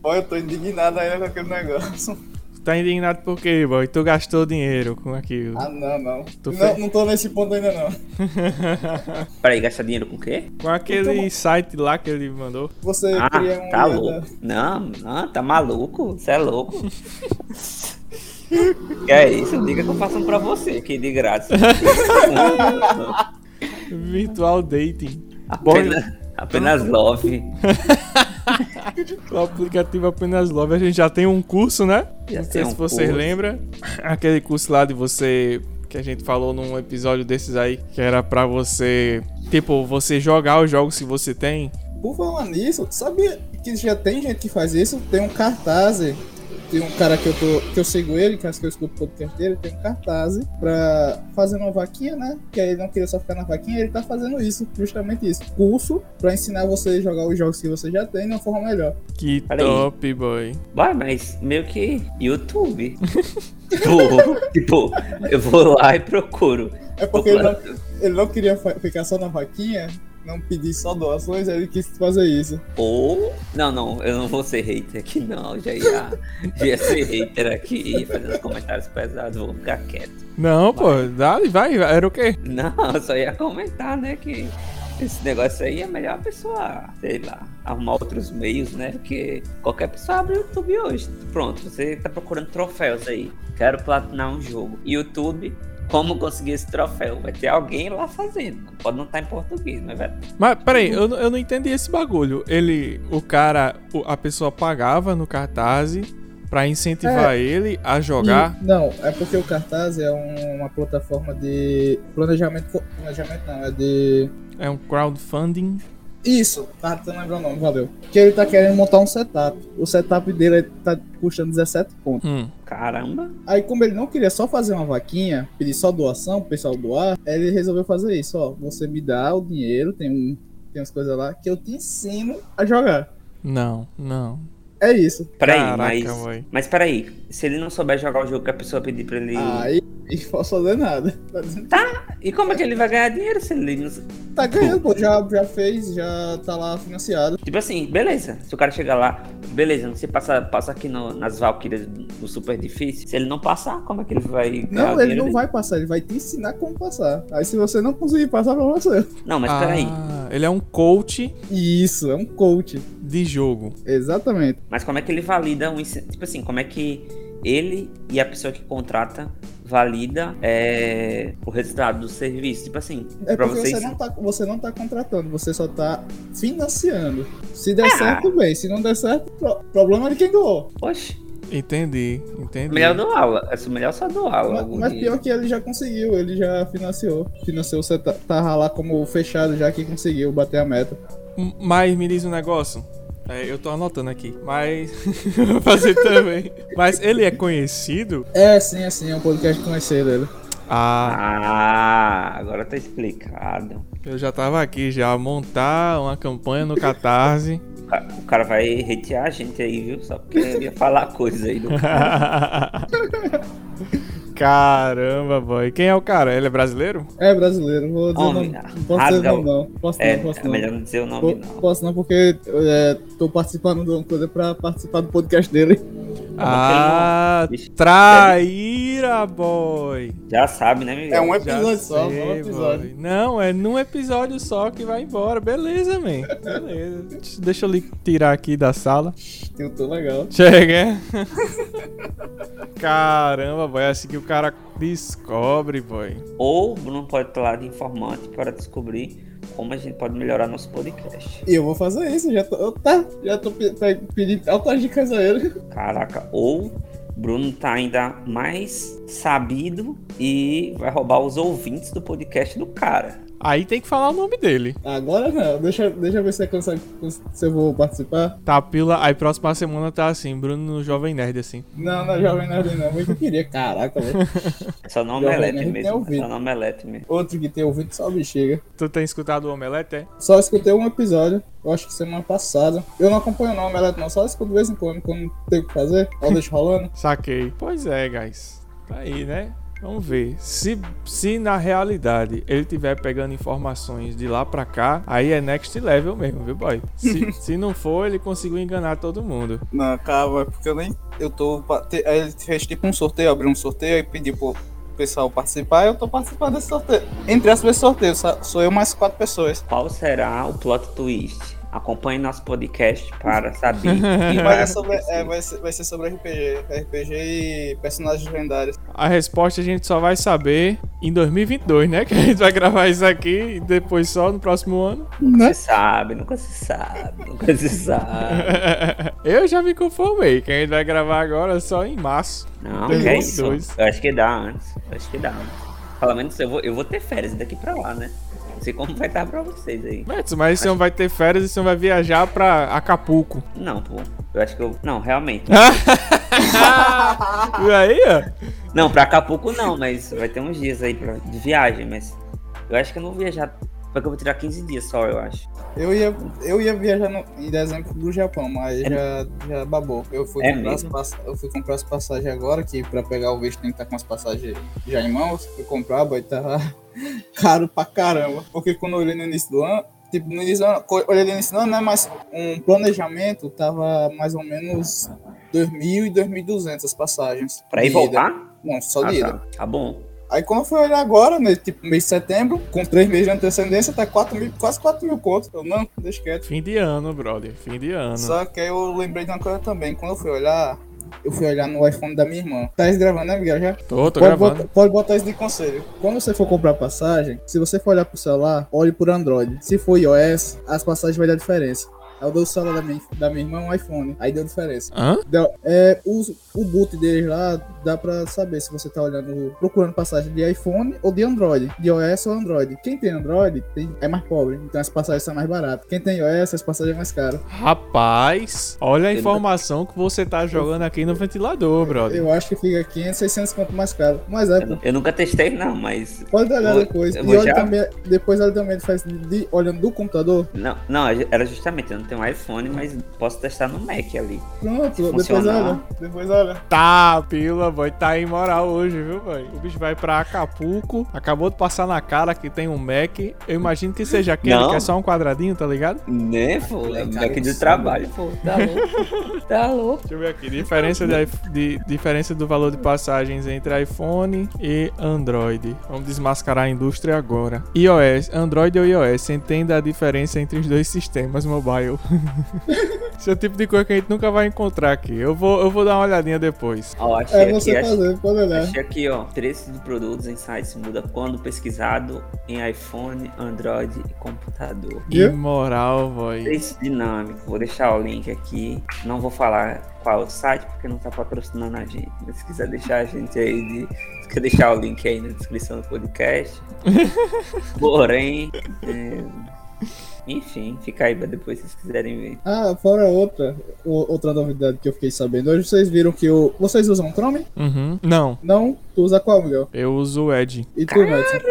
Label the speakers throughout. Speaker 1: Boy, eu tô indignado ainda com aquele negócio.
Speaker 2: Tá indignado por quê, boy? Tu gastou dinheiro com aquilo.
Speaker 1: Ah, não, não.
Speaker 2: Tu
Speaker 1: Não,
Speaker 2: fez-
Speaker 1: não tô nesse ponto ainda, não.
Speaker 3: Peraí, gastar dinheiro com o quê?
Speaker 2: com aquele
Speaker 3: então
Speaker 2: site lá que ele mandou.
Speaker 1: Você
Speaker 3: Ah,
Speaker 1: cria um.
Speaker 3: tá louco. Não, não, tá maluco? Você é louco. que é isso? Diga que eu faço um pra você aqui de graça. Não, não.
Speaker 2: Virtual Dating. Boy,
Speaker 3: Apenas, apenas love.
Speaker 2: o aplicativo apenas Love. A gente já tem um curso, né?
Speaker 3: Já
Speaker 2: Não sei
Speaker 3: tem
Speaker 2: se
Speaker 3: um
Speaker 2: vocês
Speaker 3: curso.
Speaker 2: lembram. Aquele curso lá de você. Que a gente falou num episódio desses aí. Que era pra você. Tipo, você jogar os jogos que você tem.
Speaker 1: Por falar nisso, sabia que já tem gente que faz isso? Tem um cartaz. eh, Tem um cara que eu, tô, que eu sigo ele, que acho que eu escuto o podcast dele, tem um cartaz pra fazer uma vaquinha, né? Que aí ele não queria só ficar na vaquinha, ele tá fazendo isso, justamente isso. Curso pra ensinar você a jogar os jogos que você já tem de uma forma melhor.
Speaker 2: Que
Speaker 3: Peraí.
Speaker 2: top, boy.
Speaker 3: Vai, mas meio que YouTube. tipo, tipo, eu vou lá e procuro.
Speaker 1: É porque ele não, ele não queria fa- ficar só na vaquinha, não pedir só doações, aí ele quis fazer isso.
Speaker 3: Ou. Não, não, eu não vou ser hater aqui, não. Eu Já ia, já ia ser hater aqui, ia fazer uns comentários pesados, vou ficar quieto.
Speaker 2: Não, pô, dá-lhe, vai. Era o quê?
Speaker 3: Não, eu só ia comentar, né, que esse negócio aí é melhor a pessoa, sei lá, arrumar outros meios, né? Porque qualquer pessoa abre o YouTube hoje. Pronto, você tá procurando troféus aí. Quero platinar um jogo. YouTube. Como conseguir esse troféu? Vai ter alguém lá fazendo. Pode não estar em português, mas vai
Speaker 2: Mas, peraí, eu, não- eu não entendi esse bagulho. Ele. O cara. o- a pessoa pagava no cartaz pra incentivar ele a jogar.
Speaker 1: E- não, é porque o cartaz é um- uma plataforma de planejamento. co- Planejamento não, é de.
Speaker 2: É um crowdfunding.
Speaker 1: Isso, tá tentando lembrar o nome, valeu. Que ele tá querendo montar um setup. O setup dele é- tá custando 17 pontos.
Speaker 2: Hum.
Speaker 3: Caramba!
Speaker 1: Aí, como ele não queria só fazer uma vaquinha, pedir só doação pro pessoal doar, aí ele resolveu fazer isso: ó, você me dá o dinheiro, tem, um, tem umas coisas lá, que eu te ensino a jogar.
Speaker 2: Não, não.
Speaker 1: É isso.
Speaker 3: Peraí,
Speaker 2: Caraca,
Speaker 3: mas.
Speaker 2: mãe.
Speaker 3: Mas peraí, se ele não souber jogar o jogo que a pessoa pedir pra ele.
Speaker 1: Aí, não posso fazer nada. Tá dizendo
Speaker 3: E como é que ele vai ganhar dinheiro se ele não.
Speaker 1: que Tá ganhando, pô, já, já fez, já tá lá financiado.
Speaker 3: Tipo assim, beleza. Se o cara chegar lá, beleza, você passa, passa aqui no- nas Valkyrias do Super Difícil. Se ele não passar, como é que ele vai. ganhar
Speaker 1: Não,
Speaker 3: o
Speaker 1: ele
Speaker 3: dinheiro
Speaker 1: não
Speaker 3: dele?
Speaker 1: vai passar, ele vai te ensinar como passar. Aí se você não conseguir passar, é pra você.
Speaker 3: Não, mas
Speaker 2: ah,
Speaker 3: peraí.
Speaker 2: Ele é um coach
Speaker 1: Isso, é um coach.
Speaker 2: de jogo.
Speaker 1: Exatamente.
Speaker 3: Mas como é que ele valida um. ince- Tipo assim, como é que ele e a pessoa que contrata valida é, o resultado do serviço? Tipo assim,
Speaker 1: É
Speaker 3: pra
Speaker 1: porque
Speaker 3: vocês.
Speaker 1: você não, tá, você não tá contratando, você só tá financiando. Se
Speaker 3: Ah.
Speaker 1: der certo, bem. Se não der certo, pro- problema de quem doou.
Speaker 3: Oxe,
Speaker 2: Entendi, entendi.
Speaker 3: melhor doá-la. É melhor só doá-la.
Speaker 1: Mas,
Speaker 3: algum
Speaker 1: mas
Speaker 3: dia.
Speaker 1: pior que ele já conseguiu, ele já financiou. Financiou, você tá, tava lá como fechado já que conseguiu bater a meta.
Speaker 2: M- Mas me diz um negócio. É, eu tô anotando aqui. Mas. Vou fazer também. Mas ele é conhecido?
Speaker 1: É, sim, assim, é um podcast conhecido dele.
Speaker 2: Ah,
Speaker 3: Ah, agora tá explicado.
Speaker 2: eu já tava aqui já. Montar uma campanha no Catarse.
Speaker 3: O ca- O cara vai hatear a gente aí, viu? Só porque ele ia falar coisa aí do
Speaker 2: Caramba, boy. Quem é o cara? Ele é brasileiro?
Speaker 1: É brasileiro, não vou dizer
Speaker 3: Homem,
Speaker 1: não. Não posso dizer
Speaker 3: rasga
Speaker 1: não,
Speaker 3: o-
Speaker 1: não. Posso
Speaker 3: É,
Speaker 1: não, posso
Speaker 3: é
Speaker 1: não.
Speaker 3: melhor não dizer o nome,
Speaker 1: Po-
Speaker 3: não.
Speaker 1: Posso não, porque é, tô participando de uma coisa pra participar do podcast dele.
Speaker 2: Ah,
Speaker 3: Vixe,
Speaker 2: traíra, boy.
Speaker 3: Já sabe, né,
Speaker 4: É
Speaker 3: Miguel?
Speaker 1: Um
Speaker 2: Já sei, boy. Não, é num episódio só que vai embora. Beleza, man. Beleza. Deixa eu lhe tirar aqui da sala.
Speaker 1: Que eu tô legal.
Speaker 2: Chega. Caramba, boy. É assim que o cara descobre, boy.
Speaker 3: Ou o Bruno pode falar de informante para descobrir como a gente pode melhorar nosso podcast.
Speaker 1: E eu vou fazer isso, já tô. eu tá, já tô pe- pe- pedindo altas dicas a ele.
Speaker 3: Caraca, ou Bruno tá ainda mais sabido e vai roubar os ouvintes do podcast do cara.
Speaker 2: Aí tem que falar o nome dele.
Speaker 1: Agora não, deixa, deixa eu ver se, eu consigo- se eu vou participar.
Speaker 2: Tá, pila. Aí próxima semana tá assim, Bruno no Jovem Nerd, assim.
Speaker 1: Não, não, jovem nerd não, muito queria, caraca, velho.
Speaker 3: É só no
Speaker 1: Jovem
Speaker 3: omelete
Speaker 1: Nerd tem
Speaker 3: mesmo. É
Speaker 1: ouvido.
Speaker 3: só no omelete mesmo.
Speaker 1: Outro que tem ouvido só bexiga.
Speaker 2: Tu tem escutado o Omelete, é?
Speaker 1: Só escutei um episódio, eu acho que semana passada. Eu não acompanho não, Meleto, não, só escuto de vez em quando, quando não tem o que fazer, ó, deixa rolando.
Speaker 2: Saquei. Pois é, guys. Tá aí, né? Vamos ver. Se, se na realidade ele tiver pegando informações de lá pra cá, aí é next level mesmo, viu, boy? Se, se não for, ele conseguiu enganar todo mundo.
Speaker 4: Não, calma, é porque eu nem. Eu tô. pa- te- Aí ele fez tipo um sorteio, abriu um sorteio e pediu pro pessoal participar. Eu tô participando desse sorteio. Entre as pessoas sorteio, sa- sou eu mais quatro pessoas.
Speaker 3: Qual será o plot twist? Acompanhe nosso podcast para saber. E
Speaker 4: Mas é sobre, é, vai, ser, vai ser sobre RPG. RPG e personagens lendários.
Speaker 2: A resposta a gente só vai saber em 2022, né? Que a gente vai gravar isso aqui e depois só no próximo ano.
Speaker 3: Nunca se sabe, nunca se sabe, nunca se sabe.
Speaker 2: Eu já me conformei que a gente vai gravar agora só em março.
Speaker 3: Não,
Speaker 2: Tem
Speaker 3: que é
Speaker 2: os
Speaker 3: isso.
Speaker 2: dois.
Speaker 3: Eu acho que dá antes. Eu acho que dá antes. Pelo menos eu vou, eu vou ter férias daqui pra lá, né? Não sei como vai estar pra vocês aí.
Speaker 2: Beto, mas você não vai ter férias e você não vai viajar pra Acapulco.
Speaker 3: Não, pô. Eu acho que eu. Não, realmente.
Speaker 2: E aí, ó?
Speaker 3: Não, pra Acapulco não, mas vai ter uns dias aí pra- de viagem, mas. Eu acho que eu não vou viajar. Porque eu vou tirar 15 dias só, eu acho.
Speaker 4: Eu ia, eu ia viajar no- em dezembro pro Japão, mas
Speaker 3: É
Speaker 4: já, já babou. Eu fui,
Speaker 3: É
Speaker 4: comprar as
Speaker 3: mesmo?
Speaker 4: pass- eu fui comprar as passagens agora, que pra pegar o visto tem que estar com as passagens já em mãos. Fui comprar, boy, tava caro pra caramba. Porque quando eu olhei no início do ano, tipo, no início do ano, co- olhei no início do ano, né, mas um planejamento tava mais ou menos 2.000 e 2.200 as passagens.
Speaker 3: Pra ir
Speaker 4: de ida.
Speaker 3: voltar?
Speaker 4: Não, só
Speaker 3: Ah,
Speaker 4: de ida.
Speaker 3: tá. tá bom.
Speaker 4: Aí quando eu fui olhar agora, né, tipo, mês de setembro, com três meses de antecedência, tá 4 mil, quase 4 mil contos. Eu, não, deixa quieto.
Speaker 2: Fim de ano, brother. Fim de ano.
Speaker 4: Só que aí eu lembrei de uma coisa também. Quando eu fui olhar, eu fui olhar no iPhone da minha irmã. Tá gravando, né, Miguel? Já?
Speaker 2: Tô, tô
Speaker 1: Pode
Speaker 2: gravando.
Speaker 4: Bota- pode botar isso de conselho.
Speaker 1: Quando você for comprar passagem, se você for olhar pro celular, olhe por Android. Se for iOS, as passagens vai dar diferença. Aí Eu dou o celular da minha, da minha irmã um iPhone. Aí deu diferença.
Speaker 2: Hã?
Speaker 1: Deu- é, os- o boot deles lá dá pra saber se você tá olhando, procurando passagem de iPhone ou de Android. De iOS ou Android. Quem tem Android tem- é mais pobre, então as passagens são mais baratas. Quem tem iOS, as passagens são mais caras.
Speaker 2: Rapaz, olha a informação que você tá jogando aqui no ventilador, brother.
Speaker 1: Eu acho que fica 500, 600 quanto mais caro. Mas é,
Speaker 3: Eu, nu- eu nunca testei, não, mas.
Speaker 1: Pode olhar
Speaker 3: Vou-
Speaker 1: depois.
Speaker 3: eu
Speaker 1: E
Speaker 3: vou
Speaker 1: olha
Speaker 3: já.
Speaker 1: também, depois olha também, faz de, olhando do computador.
Speaker 3: Não, não, era justamente, eu não tenho iPhone, mas posso testar no Mac ali.
Speaker 1: Pronto, depois
Speaker 3: Funcionar.
Speaker 1: olha.
Speaker 4: Depois olha.
Speaker 2: Tá, pila, boy, tá em moral hoje, viu, boy? O bicho vai pra Acapulco, acabou de passar na cara que tem um Mac. Eu imagino que seja aquele
Speaker 3: Não.
Speaker 2: que é só um quadradinho, tá ligado?
Speaker 3: Né, pô? É
Speaker 4: Cara,
Speaker 3: Mac
Speaker 4: isso,
Speaker 3: de trabalho, pô. Tá louco. tá louco.
Speaker 2: Deixa eu ver aqui. Diferença, de if- de- diferença do valor de passagens entre iPhone e Android. Vamos desmascarar a indústria agora. iOS, Android ou iOS, entenda a diferença entre os dois sistemas mobile. Esse é o tipo de coisa que a gente nunca vai encontrar aqui. Eu vou, eu vou dar uma olhadinha depois.
Speaker 3: Ó, achei
Speaker 1: É
Speaker 3: aqui,
Speaker 1: você
Speaker 3: achei-
Speaker 1: fazendo, pode olhar.
Speaker 3: Achei aqui, ó. Preço de produtos em sites muda quando pesquisado em iPhone, Android e computador.
Speaker 1: Viu?
Speaker 2: Imoral, boy.
Speaker 3: Preço dinâmico. Vou deixar o link aqui. Não vou falar qual o site porque não tá patrocinando a gente. Mas se quiser deixar a gente aí de. Se quiser deixar o link aí na descrição do podcast. Porém. é, Enfim, fica aí pra depois se vocês quiserem ver.
Speaker 1: Ah, fora outra, o- outra novidade que eu fiquei sabendo hoje, vocês viram que o. Vocês usam Chrome?
Speaker 2: Uhum. Não,
Speaker 1: Não? Tu usa qual, Miguel?
Speaker 2: eu uso o Edge.
Speaker 1: E tu, Neto?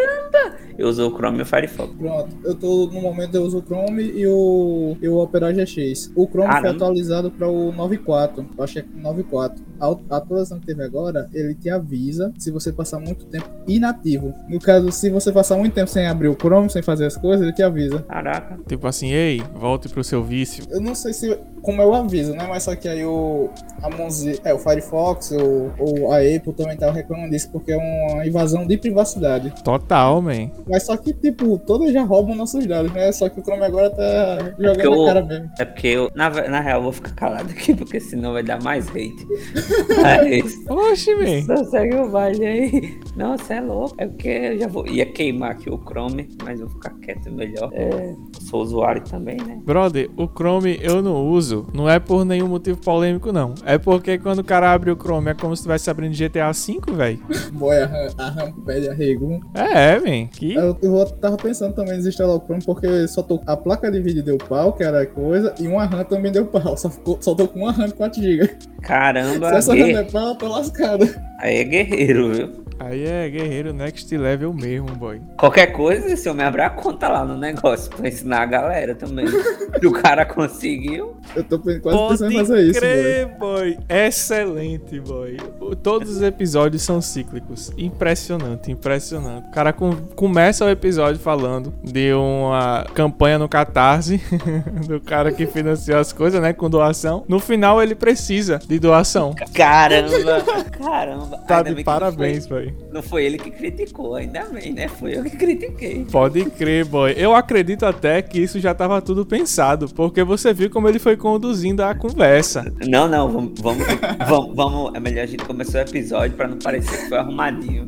Speaker 3: Eu uso o Chrome e o Firefox.
Speaker 1: Pronto. Eu tô. No momento eu uso o Chrome e o. E o Opera GX. O Chrome foi
Speaker 3: Caramba.
Speaker 1: atualizado para o 9.4. Eu achei que 9.4. A au- a atualização que teve agora, ele te avisa se você passar muito tempo inativo. No caso, se você passar muito tempo sem abrir o Chrome, sem fazer as coisas, ele te avisa.
Speaker 3: Caraca.
Speaker 2: Tipo assim, ei, volte pro seu vício.
Speaker 1: Eu não sei se como eu aviso, né? Mas só que aí o a Monzi, é, o Firefox ou, ou a Apple também tava reclamando disso porque é uma invasão de privacidade.
Speaker 2: Total, man.
Speaker 1: Mas só que tipo, todas já roubam nossos dados, né? Só que o Chrome agora tá jogando
Speaker 3: eu-
Speaker 1: na cara mesmo.
Speaker 3: É porque eu, na, ve- na real, eu vou ficar calado aqui, porque senão vai dar mais hate. Mas,
Speaker 2: Oxe, man.
Speaker 3: só segue o baile aí. Não, você é louco. É porque eu já vou. Ia queimar aqui o Chrome, mas eu vou ficar quieto melhor. É, sou usuário também, né?
Speaker 2: Brother, o Chrome eu não uso. Não é por nenhum motivo polêmico, não. É porque quando o cara abre o Chrome é como se estivesse abrindo GTA V, velho.
Speaker 1: Boy, a RAM, a RAM pede arrego.
Speaker 2: É, é, man. Que.
Speaker 1: Eu, eu vou- tava pensando também em desinstalar o Chrome porque só tô a placa de vídeo deu pau, que era coisa, e uma RAM também deu pau. Só, ficou, só tô com uma RAM de 4GB. Se
Speaker 3: Caramba,
Speaker 1: essa RAM
Speaker 3: guer...
Speaker 1: der pau, eu tô lascado.
Speaker 3: aí é guerreiro, viu?
Speaker 2: Aí é guerreiro next level mesmo, boy.
Speaker 3: Qualquer coisa, esse homem abre a conta lá no negócio pra ensinar a galera também. Se o cara conseguiu,
Speaker 1: Eu tô quase pensando em fazer isso, boy.
Speaker 2: crer, boy. Excelente, boy. O- Todos os episódios são cíclicos. Impressionante, impressionante. O cara com- começa o episódio falando de uma campanha no Catarse, do cara que financiou as coisas, né, com doação. No final, ele precisa de doação.
Speaker 3: caramba, caramba.
Speaker 2: Tá
Speaker 3: Ainda bem que
Speaker 2: de
Speaker 3: não
Speaker 2: parabéns, boy.
Speaker 3: foi- Não foi ele que criticou, ainda bem, né? Foi eu que critiquei.
Speaker 2: Pode crer, boy. Eu acredito até que isso já tava tudo pensado, porque você viu como ele foi conduzindo a conversa.
Speaker 3: Não, não, vamos, vamos, vamos, vamos. É melhor a gente começar o episódio pra não parecer que foi arrumadinho.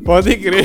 Speaker 2: Pode crer.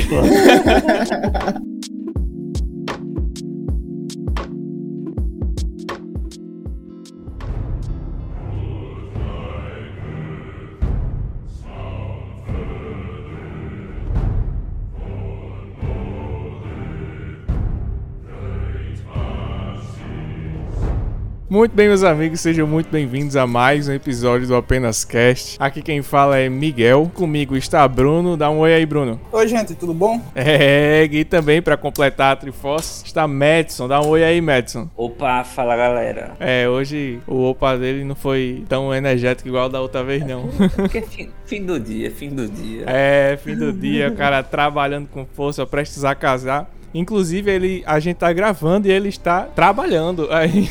Speaker 2: Muito bem, meus amigos, sejam muito bem-vindos a mais um episódio do Apenas Cast. Aqui quem fala é Miguel, comigo está Bruno. Dá um oi aí, Bruno.
Speaker 4: Oi, gente, tudo bom?
Speaker 2: É, e também pra completar a Triforce está Madison. Dá um oi aí, Madison.
Speaker 3: Opa, fala galera.
Speaker 2: É, hoje o opa dele não foi tão energético igual da outra vez, não.
Speaker 3: Porque é fim, fim do dia, fim do dia.
Speaker 2: É, fim do dia, o cara trabalhando com força, prestes a casar. Inclusive, ele, a gente tá gravando e ele está trabalhando aí,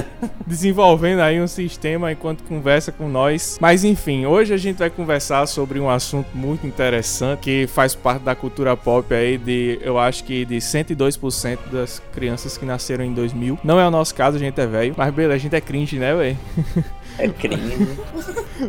Speaker 2: desenvolvendo aí um sistema enquanto conversa com nós. Mas enfim, hoje a gente vai conversar sobre um assunto muito interessante que faz parte da cultura pop aí de, eu acho que de 102% das crianças que nasceram em 2000. Não é o nosso caso, a gente é velho, mas beleza, a gente é cringe, né, velho?
Speaker 3: É crime.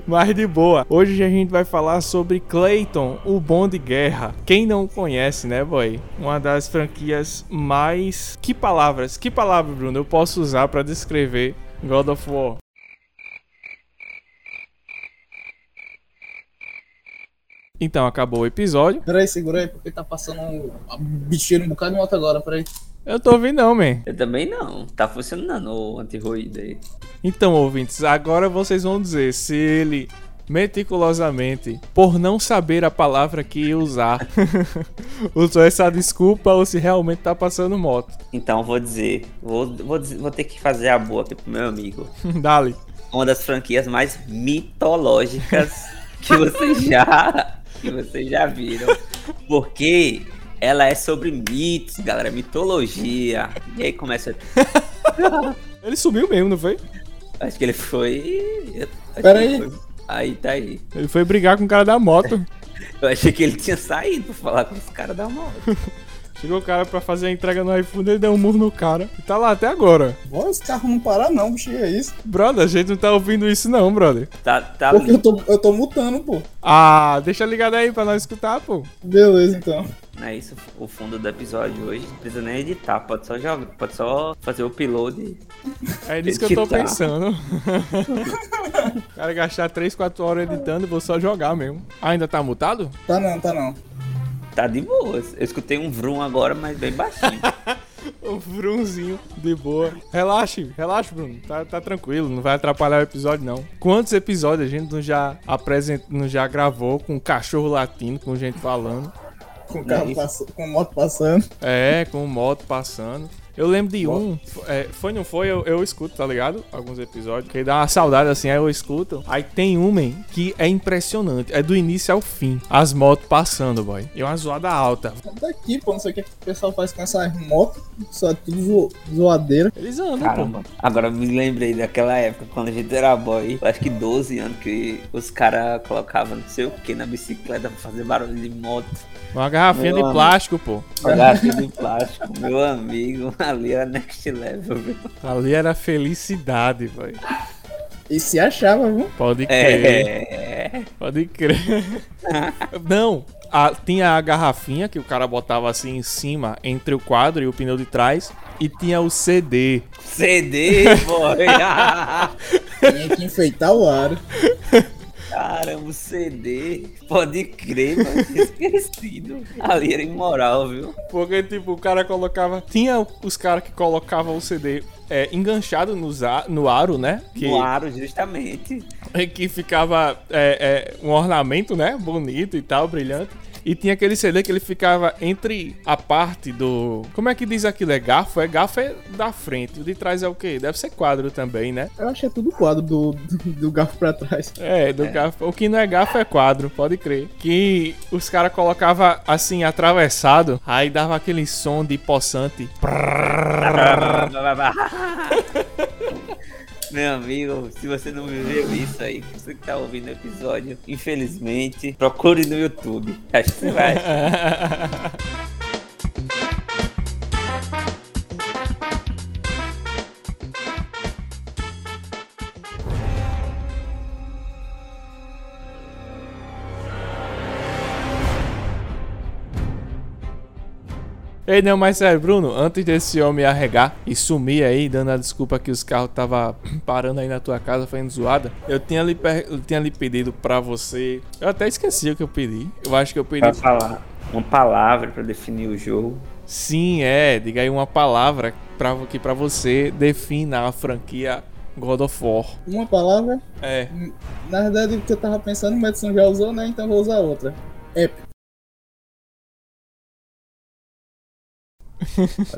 Speaker 2: Mas de boa. Hoje a gente vai falar sobre Clayton, o Bom de Guerra. Quem não conhece, né, boy? Uma das franquias mais. Que palavras? Que palavra, Bruno? Eu posso usar pra descrever God of War? Então acabou o episódio.
Speaker 4: Peraí, segura aí, porque tá passando um bichinho um bocado de moto agora, peraí.
Speaker 2: Eu tô ouvindo, não, man.
Speaker 3: Eu também não. Tá funcionando o antirruído aí.
Speaker 2: Então, ouvintes, agora vocês vão dizer se ele meticulosamente, por não saber a palavra que ia usar, usou essa desculpa ou se realmente tá passando moto.
Speaker 3: Então vou dizer, vou, vou, dizer- vou ter que fazer a boa aqui pro meu amigo.
Speaker 2: Dali.
Speaker 3: Uma das franquias mais mitológicas que vocês já que vocês já viram, porque ela é sobre mitos, galera, mitologia. E aí começa,
Speaker 2: Ele sumiu mesmo, não foi?
Speaker 3: acho que ele foi. eu- acho que
Speaker 4: Peraí.
Speaker 3: ele foi- Aí tá aí.
Speaker 2: Ele foi brigar com o cara da moto.
Speaker 3: Eu achei que ele tinha saído pra falar com os caras da moto.
Speaker 2: Chegou o cara pra fazer a entrega no iFood, ele deu um murro no cara. E tá lá até agora.
Speaker 4: Bora, os carros não parar não, bicho, é isso.
Speaker 2: Brother, a gente não tá ouvindo isso não, brother.
Speaker 3: Tá, tá
Speaker 4: Porque eu tô, eu tô mutando, pô.
Speaker 2: Ah, deixa ligado aí pra nós escutar, pô.
Speaker 4: Beleza, então.
Speaker 3: É isso, o fundo do episódio hoje. Não precisa nem editar, pode só jogar, pode só fazer o upload.
Speaker 2: É nisso que eu tô
Speaker 3: Editar.
Speaker 2: pensando. o cara gastar 3, 4 horas editando, vou só jogar mesmo. Ainda tá mutado?
Speaker 4: Tá não, tá não.
Speaker 3: Tá de boas. Eu escutei um vrum agora, mas bem baixinho.
Speaker 2: O Brunzinho, de boa. Relaxe, relaxe, Bruno. Tá, tá tranquilo, não vai atrapalhar o episódio, não. Quantos episódios a gente não já apresent... não já gravou com um cachorro latindo, com gente falando?
Speaker 4: Com o
Speaker 3: Não, é
Speaker 4: carro
Speaker 3: isso-
Speaker 4: passando, com a moto passando.
Speaker 2: É, com moto passando. Eu lembro de um, fo- é, foi não foi, eu, eu escuto, tá ligado? Alguns episódios, que dá uma saudade assim, aí eu escuto. Aí tem um, man, que é impressionante, é do início ao fim, as motos passando, boy. E uma zoada alta.
Speaker 1: Tá
Speaker 4: Daqui, pô, não sei o que, que o pessoal faz com essas motos. Só é tudo zo- zoadeira.
Speaker 2: Eles andam, pô.
Speaker 3: Caramba. Agora eu me lembrei daquela época, quando a gente era boy, eu acho que 12 anos, que os caras colocavam não sei o que na bicicleta pra fazer barulho de moto.
Speaker 2: Uma garrafinha
Speaker 3: Eu
Speaker 2: de
Speaker 3: amo.
Speaker 2: plástico, pô.
Speaker 3: Garrafa de plástico, meu amigo. Ali era next level, viu?
Speaker 2: Ali era felicidade, boy.
Speaker 4: E se achava, viu?
Speaker 2: Pode crer,
Speaker 3: É.
Speaker 2: pode crer. Não, a- tinha a garrafinha que o cara botava assim em cima, entre o quadro e o pneu de trás, e tinha o CD.
Speaker 3: CD, boy.
Speaker 4: Tinha que enfeitar o ar.
Speaker 3: Caramba, o CD. Pode crer, mas tinha esquecido. Ali era imoral, viu?
Speaker 2: Porque, tipo, o cara colocava. Tinha os caras que colocavam o CD é, enganchado nos a- no aro, né? Que,
Speaker 3: No aro, justamente.
Speaker 2: que ficava é, é, um ornamento, né? Bonito e tal, brilhante. E tinha aquele CD que ele ficava entre a parte do. Como é que diz aquilo? É garfo? É garfo é da frente. O de trás é o quê? Deve ser quadro também, né?
Speaker 1: Eu acho que é tudo quadro do, do, do garfo pra trás.
Speaker 2: É, do garfo. O que não é garfo é quadro, pode crer. Que os caras colocavam assim, atravessado, aí dava aquele som de poçante.
Speaker 3: Meu amigo, se você não viveu isso aí, você que tá ouvindo o episódio, infelizmente, procure no YouTube. Acho que você vai. achar.
Speaker 2: Ei, não, mas sério, Bruno, antes desse homem arregar e sumir aí, dando a desculpa que os carros tava parando aí na tua casa, fazendo zoada, eu tinha lhe, per- eu tinha lhe pedido pra você. Eu até esqueci o que eu pedi. Eu acho que eu pedi.
Speaker 3: Vai falar uma palavra pra definir o jogo.
Speaker 2: Sim, é, diga aí uma palavra pra, que pra você defina a franquia God of War.
Speaker 1: Uma palavra,
Speaker 2: É,
Speaker 1: na verdade, o que eu tava pensando, o Madison já usou, né? Então eu vou usar outra. Épico.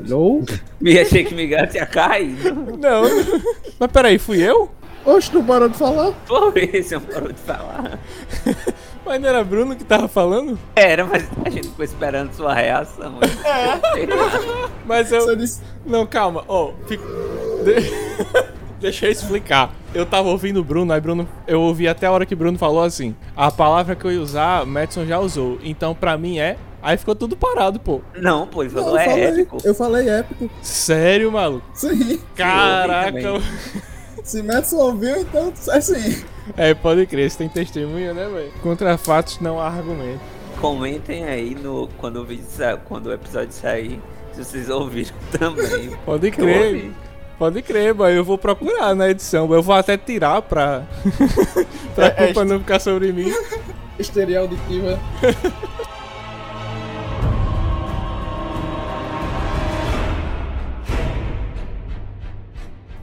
Speaker 1: Alô?
Speaker 3: Me achei que me gato ia cair.
Speaker 2: Não. Mas peraí, fui eu?
Speaker 1: Oxe, não parou de falar?
Speaker 3: Foi esse eu parou de falar.
Speaker 2: Mas não era Bruno que tava falando?
Speaker 3: Era, mas a gente ficou esperando sua reação.
Speaker 2: Mas eu.
Speaker 1: Só disse,
Speaker 2: Não, calma. Ó, fico- De- Deixa eu explicar. Eu tava ouvindo o Bruno, aí Bruno. Eu ouvi até a hora que o Bruno falou assim: a palavra que eu ia usar, o Madison já usou. Então pra mim é. Aí ficou tudo parado, pô.
Speaker 3: Não, pô, ele
Speaker 1: não,
Speaker 3: falou,
Speaker 1: eu
Speaker 3: é
Speaker 1: falei,
Speaker 3: épico.
Speaker 1: Eu falei épico.
Speaker 2: Sério, maluco?
Speaker 1: Sim.
Speaker 2: Caraca.
Speaker 3: também.
Speaker 1: Se Madison ouviu, então é assim.
Speaker 2: É, pode crer, você tem testemunha, né, velho? Contra fatos não há argumento.
Speaker 3: Comentem aí no, quando, o vídeo sa- quando o episódio sair, se vocês ouviram também.
Speaker 2: Pode
Speaker 3: Eu
Speaker 2: crer.
Speaker 3: ouvi.
Speaker 2: Pode crer, boy. Eu vou procurar na edição. boy. Eu vou até tirar pra. pra
Speaker 1: É, é
Speaker 2: culpa não ficar sobre mim.
Speaker 1: Histeria auditiva.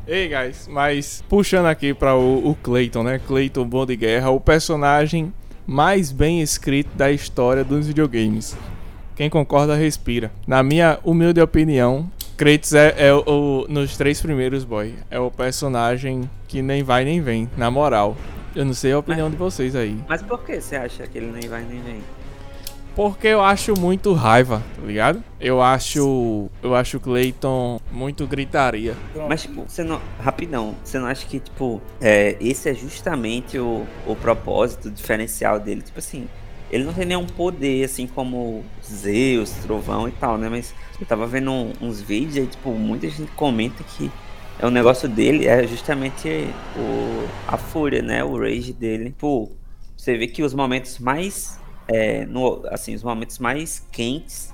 Speaker 2: Ei, guys, mas puxando aqui pra o, o Clayton, né? Clayton Bom de Guerra, o personagem mais bem escrito da história dos videogames. Quem concorda, respira. Na minha humilde opinião, Kratos é, é o, o- Nos três primeiros, boy. É o personagem que nem vai nem vem, na moral. Eu não sei a opinião de vocês aí.
Speaker 3: Mas por que você acha que ele nem vai nem vem?
Speaker 2: Porque eu acho muito raiva, tá ligado? Eu acho. Eu acho o Clayton muito gritaria.
Speaker 3: Mas, tipo, você não. Rapidão, você não acha que, tipo, é, esse é justamente o, o propósito diferencial dele? Tipo assim, ele não tem nenhum poder, assim, como Zeus, Trovão e tal, né? Mas eu tava vendo um- uns vídeos e, tipo, muita gente comenta que é o negócio dele é justamente o, a fúria, né? O rage dele. Tipo, você vê que os momentos mais. é, no- assim, os momentos mais quentes.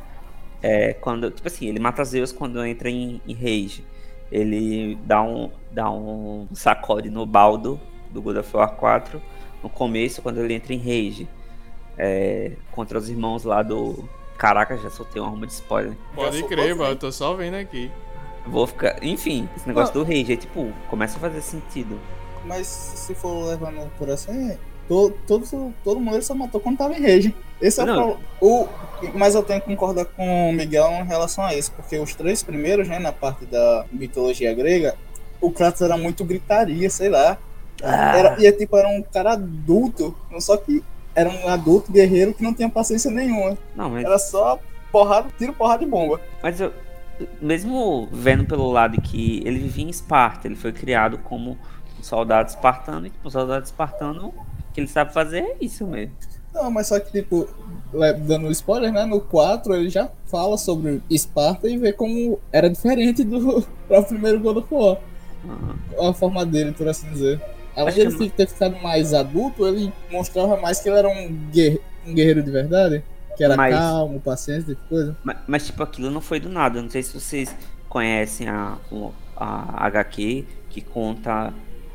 Speaker 3: É, quando, tipo assim, ele mata Zeus quando entra em- em rage ele dá um, dá um sacode no baldo do God of War 4 no começo, quando ele entra em rage é, contra os irmãos lá do. Caraca, já soltei uma arma de spoiler.
Speaker 2: Pode crer, mano. Eu tô só vendo aqui.
Speaker 3: Vou ficar. Enfim, esse negócio do rage é tipo, começa a fazer sentido.
Speaker 4: Mas se for levando por assim,
Speaker 1: To- todo, todo mundo ele só matou quando tava em rage. Esse é
Speaker 3: Não.
Speaker 1: o pro...
Speaker 4: o, mas eu tenho que concordar com o Miguel em relação a isso, porque os três primeiros, né, na parte da mitologia grega, o Kratos era muito gritaria, sei lá.
Speaker 3: Ah.
Speaker 1: Ah.
Speaker 4: Era, e é tipo, era um cara adulto, só que era um adulto guerreiro que não tinha paciência nenhuma.
Speaker 3: Não, mas,
Speaker 4: Era só porrada, tiro, porrada e bomba.
Speaker 3: mas eu. Mesmo vendo pelo lado que ele vivia em Esparta, ele foi criado como um soldado espartano, e tipo, um soldado espartano, o que ele sabe fazer é isso mesmo.
Speaker 1: Não, mas só que, tipo, le- dando spoiler, né? No 4 ele já fala sobre Esparta e vê como era diferente do próprio primeiro God of War.
Speaker 3: Ah.
Speaker 1: A forma dele, por assim dizer. Além
Speaker 3: Acho que
Speaker 1: dele fi- ter ficado mais adulto, ele mostrava mais que ele era um, guerre- um guerreiro de verdade. Que era
Speaker 3: Mas-
Speaker 1: calmo, paciente, tipo coisa.
Speaker 3: Ma- Mas, tipo, aquilo não foi do nada. Eu Não sei se vocês conhecem a, o- a HQ que conta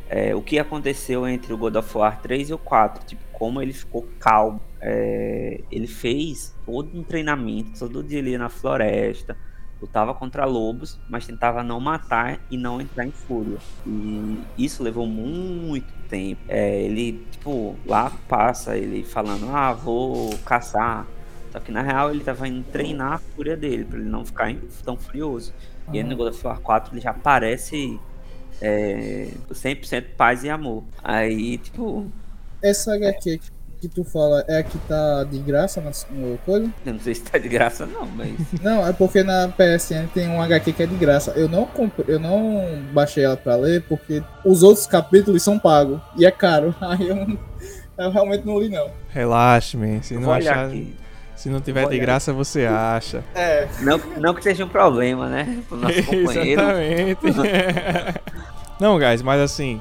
Speaker 3: é, o que aconteceu entre o God of War 3 e o 4. Tipo, como ele ficou calmo. É, ele fez todo um treinamento, todo dia ele ia na floresta, lutava contra lobos, mas tentava não matar e não entrar em fúria. E isso levou muito tempo. É, ele, tipo, lá passa ele falando: ah, vou caçar Só que na real ele tava indo treinar a fúria dele, pra ele não ficar em- tão furioso. E aí no God of War 4 ele já aparece é, 100% paz e amor. Aí, tipo,
Speaker 1: Essa HQ que tu fala é a que tá de graça na no coisa?
Speaker 3: eu não sei se tá de graça não, mas.
Speaker 1: Não, é porque na PSN tem um HQ que é de graça. Eu não compro, eu não baixei ela pra ler porque os outros capítulos são pagos e é caro. Aí eu, não- eu realmente não li não.
Speaker 2: Relaxe, man. Se
Speaker 3: eu
Speaker 2: não,
Speaker 3: vou olhar
Speaker 2: achar,
Speaker 3: aqui.
Speaker 2: se não tiver
Speaker 3: Vou
Speaker 2: de
Speaker 3: olhar.
Speaker 2: graça, você acha.
Speaker 4: É,
Speaker 3: Não, não que seja um problema, né? Pro nosso companheiro.
Speaker 2: Exatamente. Não, guys, mas assim,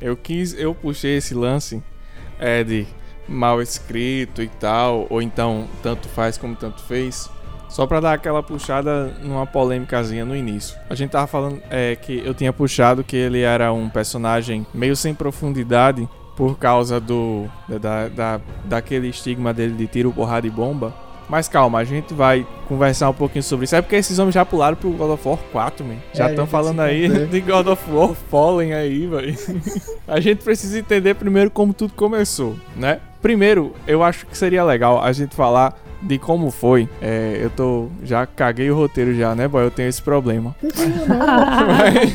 Speaker 2: eu quis, eu puxei esse lance é, de mal escrito e tal, ou então tanto faz como tanto fez, só pra dar aquela puxada numa polêmicazinha no início. A gente tava falando é, que eu tinha puxado que ele era um personagem meio sem profundidade por causa do da, da, daquele estigma dele de tiro, porrada e bomba. Mas calma, a gente vai conversar um pouquinho sobre isso. É porque esses homens já pularam pro God of War 4, man.
Speaker 1: É,
Speaker 2: Já
Speaker 1: a gente
Speaker 2: estão
Speaker 1: vai
Speaker 2: falando
Speaker 1: se
Speaker 2: aí
Speaker 1: conter.
Speaker 2: de God of War Fallen aí, velho. A gente precisa entender primeiro como tudo começou, né? Primeiro, eu acho que seria legal a gente falar de como foi. É, eu tô. Já caguei o roteiro já, né, boy? Eu tenho esse problema. mas,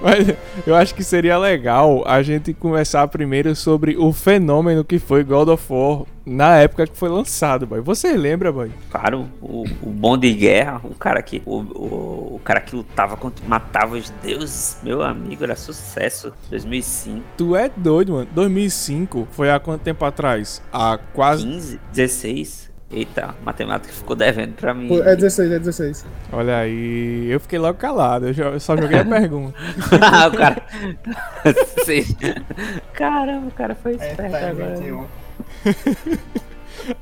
Speaker 2: mas eu acho que seria legal a gente conversar primeiro sobre o fenômeno que foi God of War na época que foi lançado, boy. Você lembra, boy?
Speaker 3: Claro, o, o bom de guerra, o cara que o, o, o cara que lutava contra matava os deuses, meu amigo, era sucesso. 2005,
Speaker 2: Tu é doido, mano. 2005 foi há quanto tempo atrás? Há quase.
Speaker 3: 15, 16. Eita, matemática ficou devendo pra mim.
Speaker 1: Pô, É 16, é 16.
Speaker 2: Olha aí, eu fiquei logo calado, eu, jo- eu só joguei a pergunta.
Speaker 3: Ah, o cara. Sim. Caramba, o cara foi
Speaker 4: é,
Speaker 3: esperto
Speaker 4: tá em
Speaker 3: agora.
Speaker 4: 21.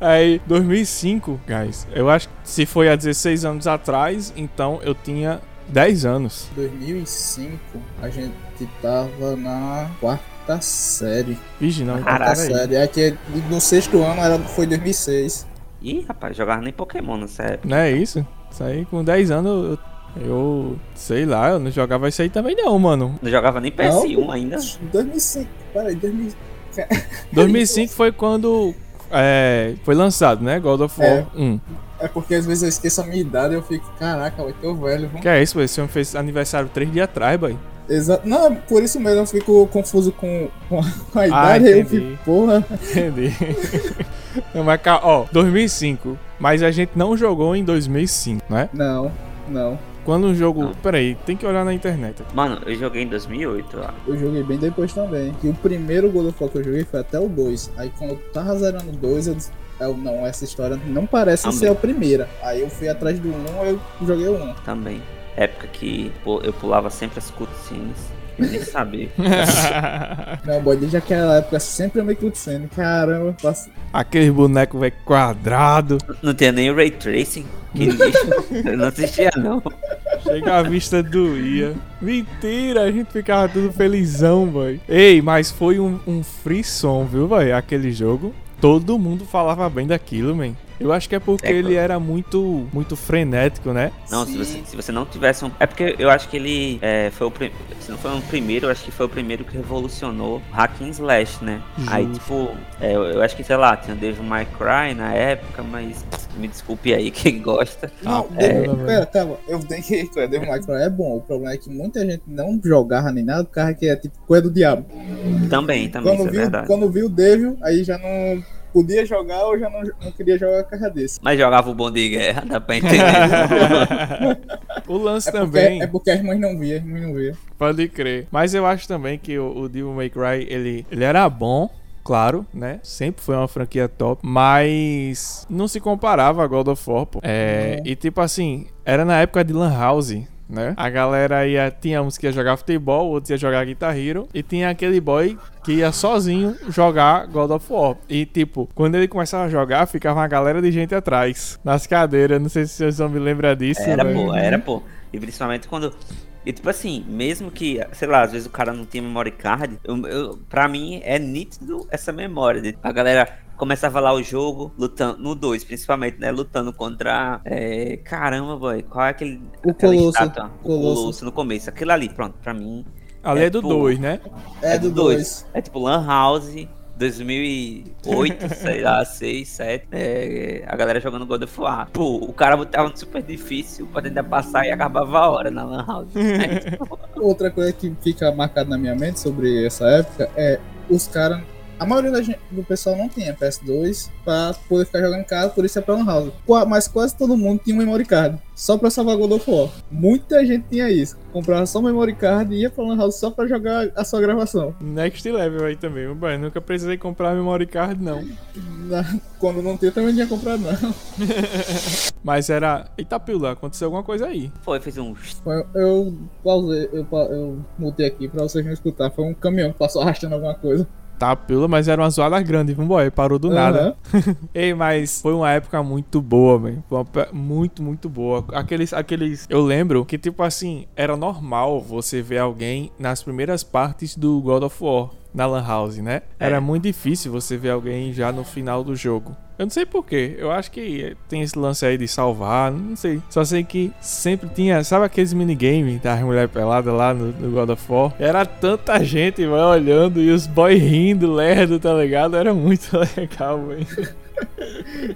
Speaker 2: Aí, 2005, guys, eu acho que se foi há 16 anos atrás, então eu tinha 10 anos.
Speaker 1: 2005 a gente tava na quarta série.
Speaker 2: Vixe, não, então
Speaker 1: Quarta
Speaker 3: Caralho.
Speaker 2: peraí.
Speaker 1: série. É que no sexto ano era, foi 2006.
Speaker 3: Ih, rapaz, jogava nem Pokémon nessa época.
Speaker 2: Não é isso? Isso aí com 10 anos eu, eu sei lá, eu não jogava isso aí também não, mano.
Speaker 3: Não jogava nem PS1 ainda.
Speaker 1: 2005, peraí, 2000.
Speaker 2: 2005 foi quando é, foi lançado, né? God of War
Speaker 1: É.
Speaker 2: 1.
Speaker 1: É porque às vezes eu esqueço a minha idade e eu fico, caraca, vai ter o velho. vamos-
Speaker 2: Que é isso, pô, esse homem fez aniversário 3 dias atrás, boy.
Speaker 1: Exa Não, é por isso mesmo eu fico confuso com, com a, com a idade. eu
Speaker 2: entendi.
Speaker 1: fico, porra.
Speaker 2: Entendi. Não, mas, ca- ó, 2005. Mas a gente não jogou em 2005, né?
Speaker 1: Não, não.
Speaker 2: Quando um jogo...
Speaker 3: Não.
Speaker 2: Peraí, tem que olhar na internet. aqui.
Speaker 3: Mano, eu joguei em 2008, eu acho.
Speaker 1: Eu joguei bem depois também. E o primeiro God of War que eu joguei foi até o 2. Aí quando eu tava zerando o 2, eu disse. Eu, não, essa história não parece
Speaker 3: Amém.
Speaker 1: ser a primeira. Aí eu fui atrás do 1, um, eu joguei o 1. Um.
Speaker 3: também. Época que pô, eu pulava sempre as cutscenes. Eu nem sabia.
Speaker 1: Não, boy, desde aquela época sempre eu me cutscene. Caramba, passa-
Speaker 2: Aquele boneco, velho, quadrado.
Speaker 3: Não tinha nem ray tracing. Que lixo. Eu não assistia, não.
Speaker 2: Chega a vista doía. Mentira, a gente ficava tudo felizão, boy. Ei, mas foi um, um frisson, viu, velho? Aquele jogo. Todo mundo falava bem daquilo, man. Eu acho que é porque
Speaker 3: É,
Speaker 2: ele
Speaker 3: claro.
Speaker 2: era muito, muito frenético, né?
Speaker 3: Não, se você, se você não tivesse um. É porque eu acho que ele é, foi o prim... Se não foi o primeiro, eu acho que foi o primeiro que revolucionou Hack and Slash, né? Aí,
Speaker 2: Justo.
Speaker 3: tipo, é, eu, eu acho que, sei lá, tinha Devil May Cry na época, mas me desculpe aí quem gosta.
Speaker 1: Não,
Speaker 2: Ah,
Speaker 1: é,
Speaker 2: porra,
Speaker 1: pera, calma, eu tenho que claro, Devil May Cry é bom. O problema é que muita gente não jogava nem nada, o carro que é tipo coisa do diabo.
Speaker 3: Também, também,
Speaker 1: Quando
Speaker 3: isso é
Speaker 1: viu,
Speaker 3: verdade.
Speaker 1: quando viu o Devil, aí já não podia jogar ou já não, não queria jogar a carra desse.
Speaker 3: Mas jogava o bom de guerra, dá pra entender.
Speaker 2: o lance
Speaker 1: É porque,
Speaker 2: também.
Speaker 1: é porque as mães não via, as mães não via.
Speaker 2: Pode crer. Mas eu acho também que o, o Devil May Cry, ele, ele era bom, claro, né? Sempre foi uma franquia top, mas não se comparava a God of War, pô. É, E tipo assim, era na época de Lan House. Né? A galera ia, tinha uns que ia jogar futebol, outros ia jogar Guitar Hero, e tinha aquele boy que ia sozinho jogar God of War. E tipo, quando ele começava a jogar, ficava uma galera de gente atrás, nas cadeiras. Não sei se vocês vão me lembrar disso. né?
Speaker 3: Era,
Speaker 2: velho.
Speaker 3: pô, era, pô. E principalmente quando. E tipo assim, mesmo que, sei lá, às vezes o cara não tem memory card, eu, eu, pra mim é nítido essa memória. de- A galera começava lá o jogo, lutando, no 2 principalmente, né? Lutando contra. é, caramba, boy, qual é aquele.
Speaker 1: O
Speaker 3: aquela
Speaker 1: Colosso,
Speaker 3: estátua? O
Speaker 1: Colosso.
Speaker 3: Colosso no começo. Aquilo ali, pronto, pra mim.
Speaker 2: Ali é,
Speaker 3: é,
Speaker 2: do
Speaker 3: pô.
Speaker 2: 2, né?
Speaker 1: É, do
Speaker 3: do dois.
Speaker 1: 2.
Speaker 3: É tipo Lan House, 2008, sei lá, 6, 7, é, a galera jogando God of War. Pô, o cara botava um super difícil pra tentar passar e acabava a hora na Lan House. tipo,
Speaker 1: Outra coisa que fica marcada na minha mente sobre essa época é os caras. A maioria da gente- do pessoal não tinha PS2 pra poder ficar jogando em casa, por isso é pra Lan House. Qua- Mas quase todo mundo tinha um memory card, só pra salvar God of War. Muita gente tinha isso. Comprava só um memory card e ia pra Lan House só pra jogar a sua gravação.
Speaker 2: Next level aí também. Meu bem, nunca precisei comprar memory card, não.
Speaker 1: Na- Quando não tinha, também não tinha comprado, não.
Speaker 2: Mas era. Eita, pila, aconteceu alguma coisa aí.
Speaker 3: Foi, fez um...
Speaker 1: Foi- Eu pausei, eu, pa- eu mutei aqui pra vocês não escutar. Foi um caminhão que passou arrastando alguma coisa.
Speaker 2: Tá, pila, mas era uma zoada grande. Vambora, parou do nada.
Speaker 1: Aham.
Speaker 2: Ei, mas foi uma época muito boa, velho. Foi uma pe- Muito, muito boa. Aqueles, aqueles. Eu lembro que, tipo assim, era normal você ver alguém nas primeiras partes do God of War na Lan House, né? Era
Speaker 3: É.
Speaker 2: muito difícil você ver alguém já no final do jogo. Eu não sei porquê. Eu acho que tem esse lance aí de salvar, não sei. Só sei que sempre tinha. Sabe aqueles minigames da mulher pelada lá no, no God of War? Era tanta gente, vai olhando e os boys rindo, lerdo, tá ligado? Era muito legal, velho.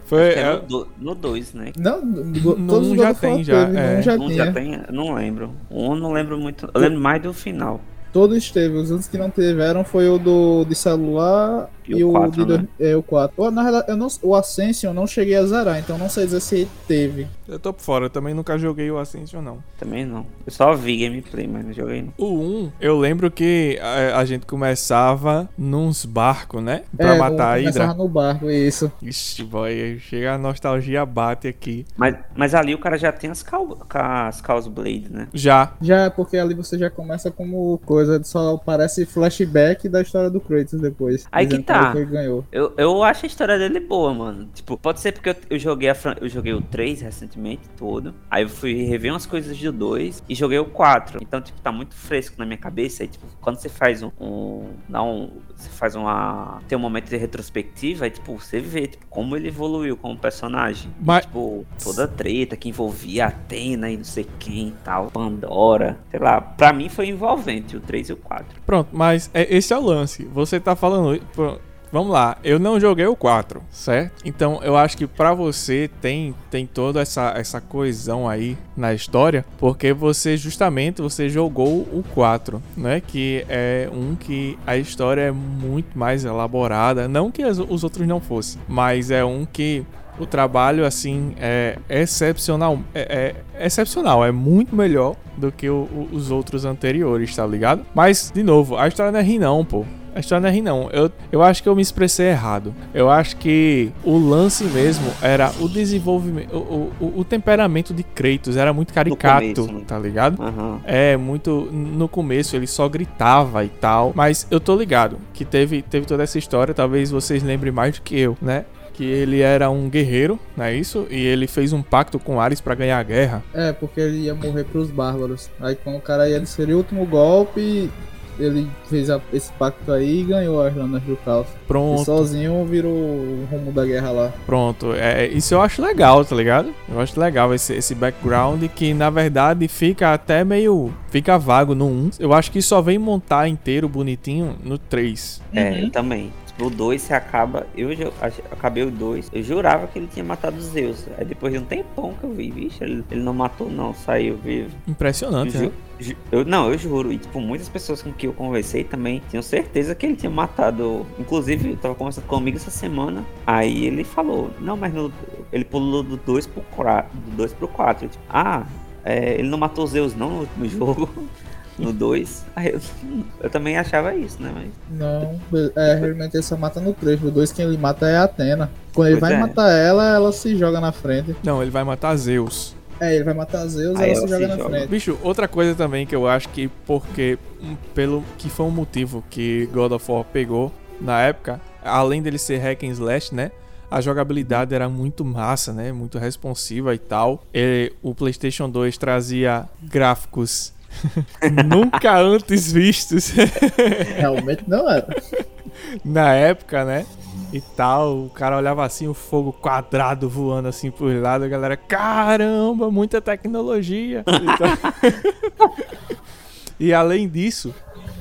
Speaker 2: Foi.
Speaker 3: É,
Speaker 2: é-
Speaker 3: no 2, né?
Speaker 1: Não, do-
Speaker 2: Num
Speaker 1: todos os
Speaker 2: já
Speaker 1: God of War
Speaker 2: tem, já,
Speaker 1: teve,
Speaker 2: é.
Speaker 1: num já
Speaker 3: Um
Speaker 1: tinha.
Speaker 3: já tem, não lembro. Um não lembro muito. Eu lembro mais do final.
Speaker 1: Todos teve, os únicos que não tiveram foi o do de celular e,
Speaker 3: E o
Speaker 1: o,
Speaker 3: quatro,
Speaker 1: de dois-
Speaker 3: né?
Speaker 1: é, o 4. na verdade, eu não, o Ascension eu não cheguei a zerar, então não sei dizer se teve.
Speaker 2: eu tô por fora, eu também nunca joguei o Ascension, não.
Speaker 3: Também não. Eu só vi gameplay, mas não joguei não.
Speaker 2: O 1, eu lembro que a, a gente começava nos barcos, né? Pra
Speaker 1: é,
Speaker 2: matar né? a
Speaker 1: eu começava
Speaker 2: Hydra.
Speaker 1: no barco, isso.
Speaker 2: Ixi, boy, chega a nostalgia, bate aqui.
Speaker 3: Mas, mas ali o cara já tem as, cal, ca- as Chaos Blade, né?
Speaker 2: Já.
Speaker 1: Já é porque ali você já começa como coisa, só parece flashback da história do Kratos depois.
Speaker 3: Aí que
Speaker 1: dizendo como
Speaker 3: tá.
Speaker 1: Ele ganhou.
Speaker 3: Eu, eu acho a história dele boa, mano. Tipo, pode ser porque eu, eu joguei a fran- eu joguei o 3 recentemente todo. Aí eu fui rever umas coisas do 2 e joguei o 4. Então, tipo, tá muito fresco na minha cabeça. E, tipo, quando você faz um. um não, você faz uma. Tem um momento de retrospectiva, aí, tipo, você vê tipo, como ele evoluiu como personagem.
Speaker 2: Mas,
Speaker 3: Tipo, toda a treta que envolvia Atena e não sei quem e tal, Pandora, sei lá. Pra mim foi envolvente o 3 e o 4.
Speaker 2: pronto, mas é- esse é o lance. Você tá falando. pô, Vamos lá, eu não joguei o 4, certo? Então eu acho que pra você tem tem toda essa, essa coesão aí na história, porque você justamente você jogou o 4, né? Que é um que a história é muito mais elaborada, não que as- os outros não fossem, mas é um que o trabalho assim é excepcional, é, é excepcional, é muito melhor do que o- o- os outros anteriores, tá ligado? Mas de novo, a história não é rir não, pô. A história não é rir, não. Eu, eu acho que eu me expressei errado. Eu acho que o lance mesmo era o desenvolvimento. O, o- o temperamento de Kratos era muito caricato,
Speaker 3: começo, né?
Speaker 2: tá ligado?
Speaker 3: Aham.
Speaker 2: É, muito. No começo ele só gritava e tal. Mas eu tô ligado que teve, teve toda essa história. Talvez vocês lembrem mais do que eu, né? Que ele era um guerreiro, não é isso? E ele fez um pacto com Ares pra ganhar a guerra.
Speaker 1: É, porque ele ia morrer pros bárbaros. Aí quando o cara ia inserir o último golpe, ele fez a- esse pacto aí e ganhou as lanas do caos. E
Speaker 2: Pronto,
Speaker 1: sozinho virou o rumo da guerra lá.
Speaker 2: pronto. É, isso eu acho legal, tá ligado? Eu acho legal esse, esse background que na verdade fica até meio. Fica vago no 1. Eu acho que só vem montar inteiro bonitinho no 3.
Speaker 3: É, eu também. Tipo, o 2 você acaba. Eu ju- ach- acabei o 2. Eu jurava que ele tinha matado os Zeus. Aí depois de um tempão que eu vi, vixe, ele, ele não matou, não, saiu vivo. Eu,
Speaker 2: Impressionante, né?
Speaker 3: ju- ju- eu- não, eu juro. E, tipo, muitas pessoas com que eu conversei também tinham certeza que ele tinha matado. Inclusive, eu tava conversando comigo essa semana. Aí ele falou: Não, mas no- ele pulou do 2 pro 4. Do 2 pro 4. Tipo, ah, é, ele não matou os Zeus, não, no último jogo. No 2. Aí eu, eu também achava isso, né? Mas.
Speaker 1: Não, é, realmente ele só mata no 3. No 2 quem ele mata é a Atena. Quando ele
Speaker 3: Pois
Speaker 1: vai
Speaker 3: é.
Speaker 1: matar ela, ela se joga na frente.
Speaker 2: Não, ele vai matar Zeus.
Speaker 1: É, ele vai matar Zeus
Speaker 3: Aí
Speaker 1: ela se
Speaker 3: ela
Speaker 1: joga
Speaker 3: se
Speaker 1: na
Speaker 3: joga.
Speaker 1: frente.
Speaker 2: Bicho, outra coisa também que eu acho que porque um, pelo que foi um motivo que God of War pegou na época, além dele ser hack and slash, né? A jogabilidade era muito massa, né? Muito responsiva e tal. E o PlayStation 2 trazia gráficos nunca antes vistos
Speaker 1: Realmente não era.
Speaker 2: na época, né? E tal, o cara olhava assim, o fogo quadrado voando assim por lado, a galera, caramba, muita tecnologia. E, tal. E além disso,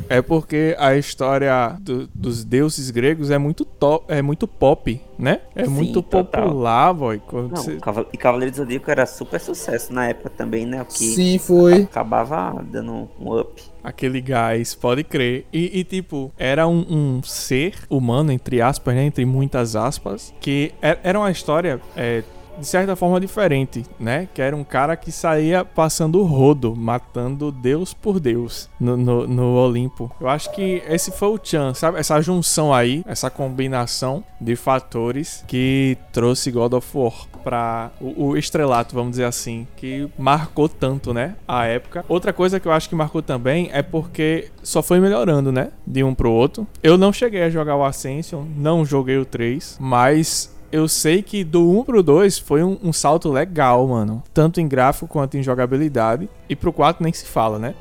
Speaker 2: É porque a história do- dos deuses gregos é muito top, é muito pop, né? É
Speaker 3: Sim,
Speaker 2: muito
Speaker 3: total.
Speaker 2: popular, boy. Quando
Speaker 3: Não,
Speaker 2: você-
Speaker 3: Caval- e Cavaleiro do Zodíaco era super sucesso na época também, né? O que
Speaker 1: Sim, foi.
Speaker 3: acabava dando um up.
Speaker 2: Aquele gás, pode crer. E, e, tipo, era um, um ser humano, entre aspas, né? Entre muitas aspas, que é- era uma história, é, de certa forma, diferente, né? Que era um cara que saía passando o rodo, matando Deus por Deus no, no, no Olimpo. Eu acho que esse foi o Chan, sabe? Essa junção aí, essa combinação de fatores que trouxe God of War pra o, o estrelato, vamos dizer assim, que marcou tanto, né, a época. Outra coisa que eu acho que marcou também é porque só foi melhorando, né, de um pro outro. Eu não cheguei a jogar o Ascension, não joguei o 3, mas eu sei que do 1 pro 2 foi um, um salto legal, mano. Tanto em gráfico quanto em jogabilidade. E pro 4 nem se fala, né?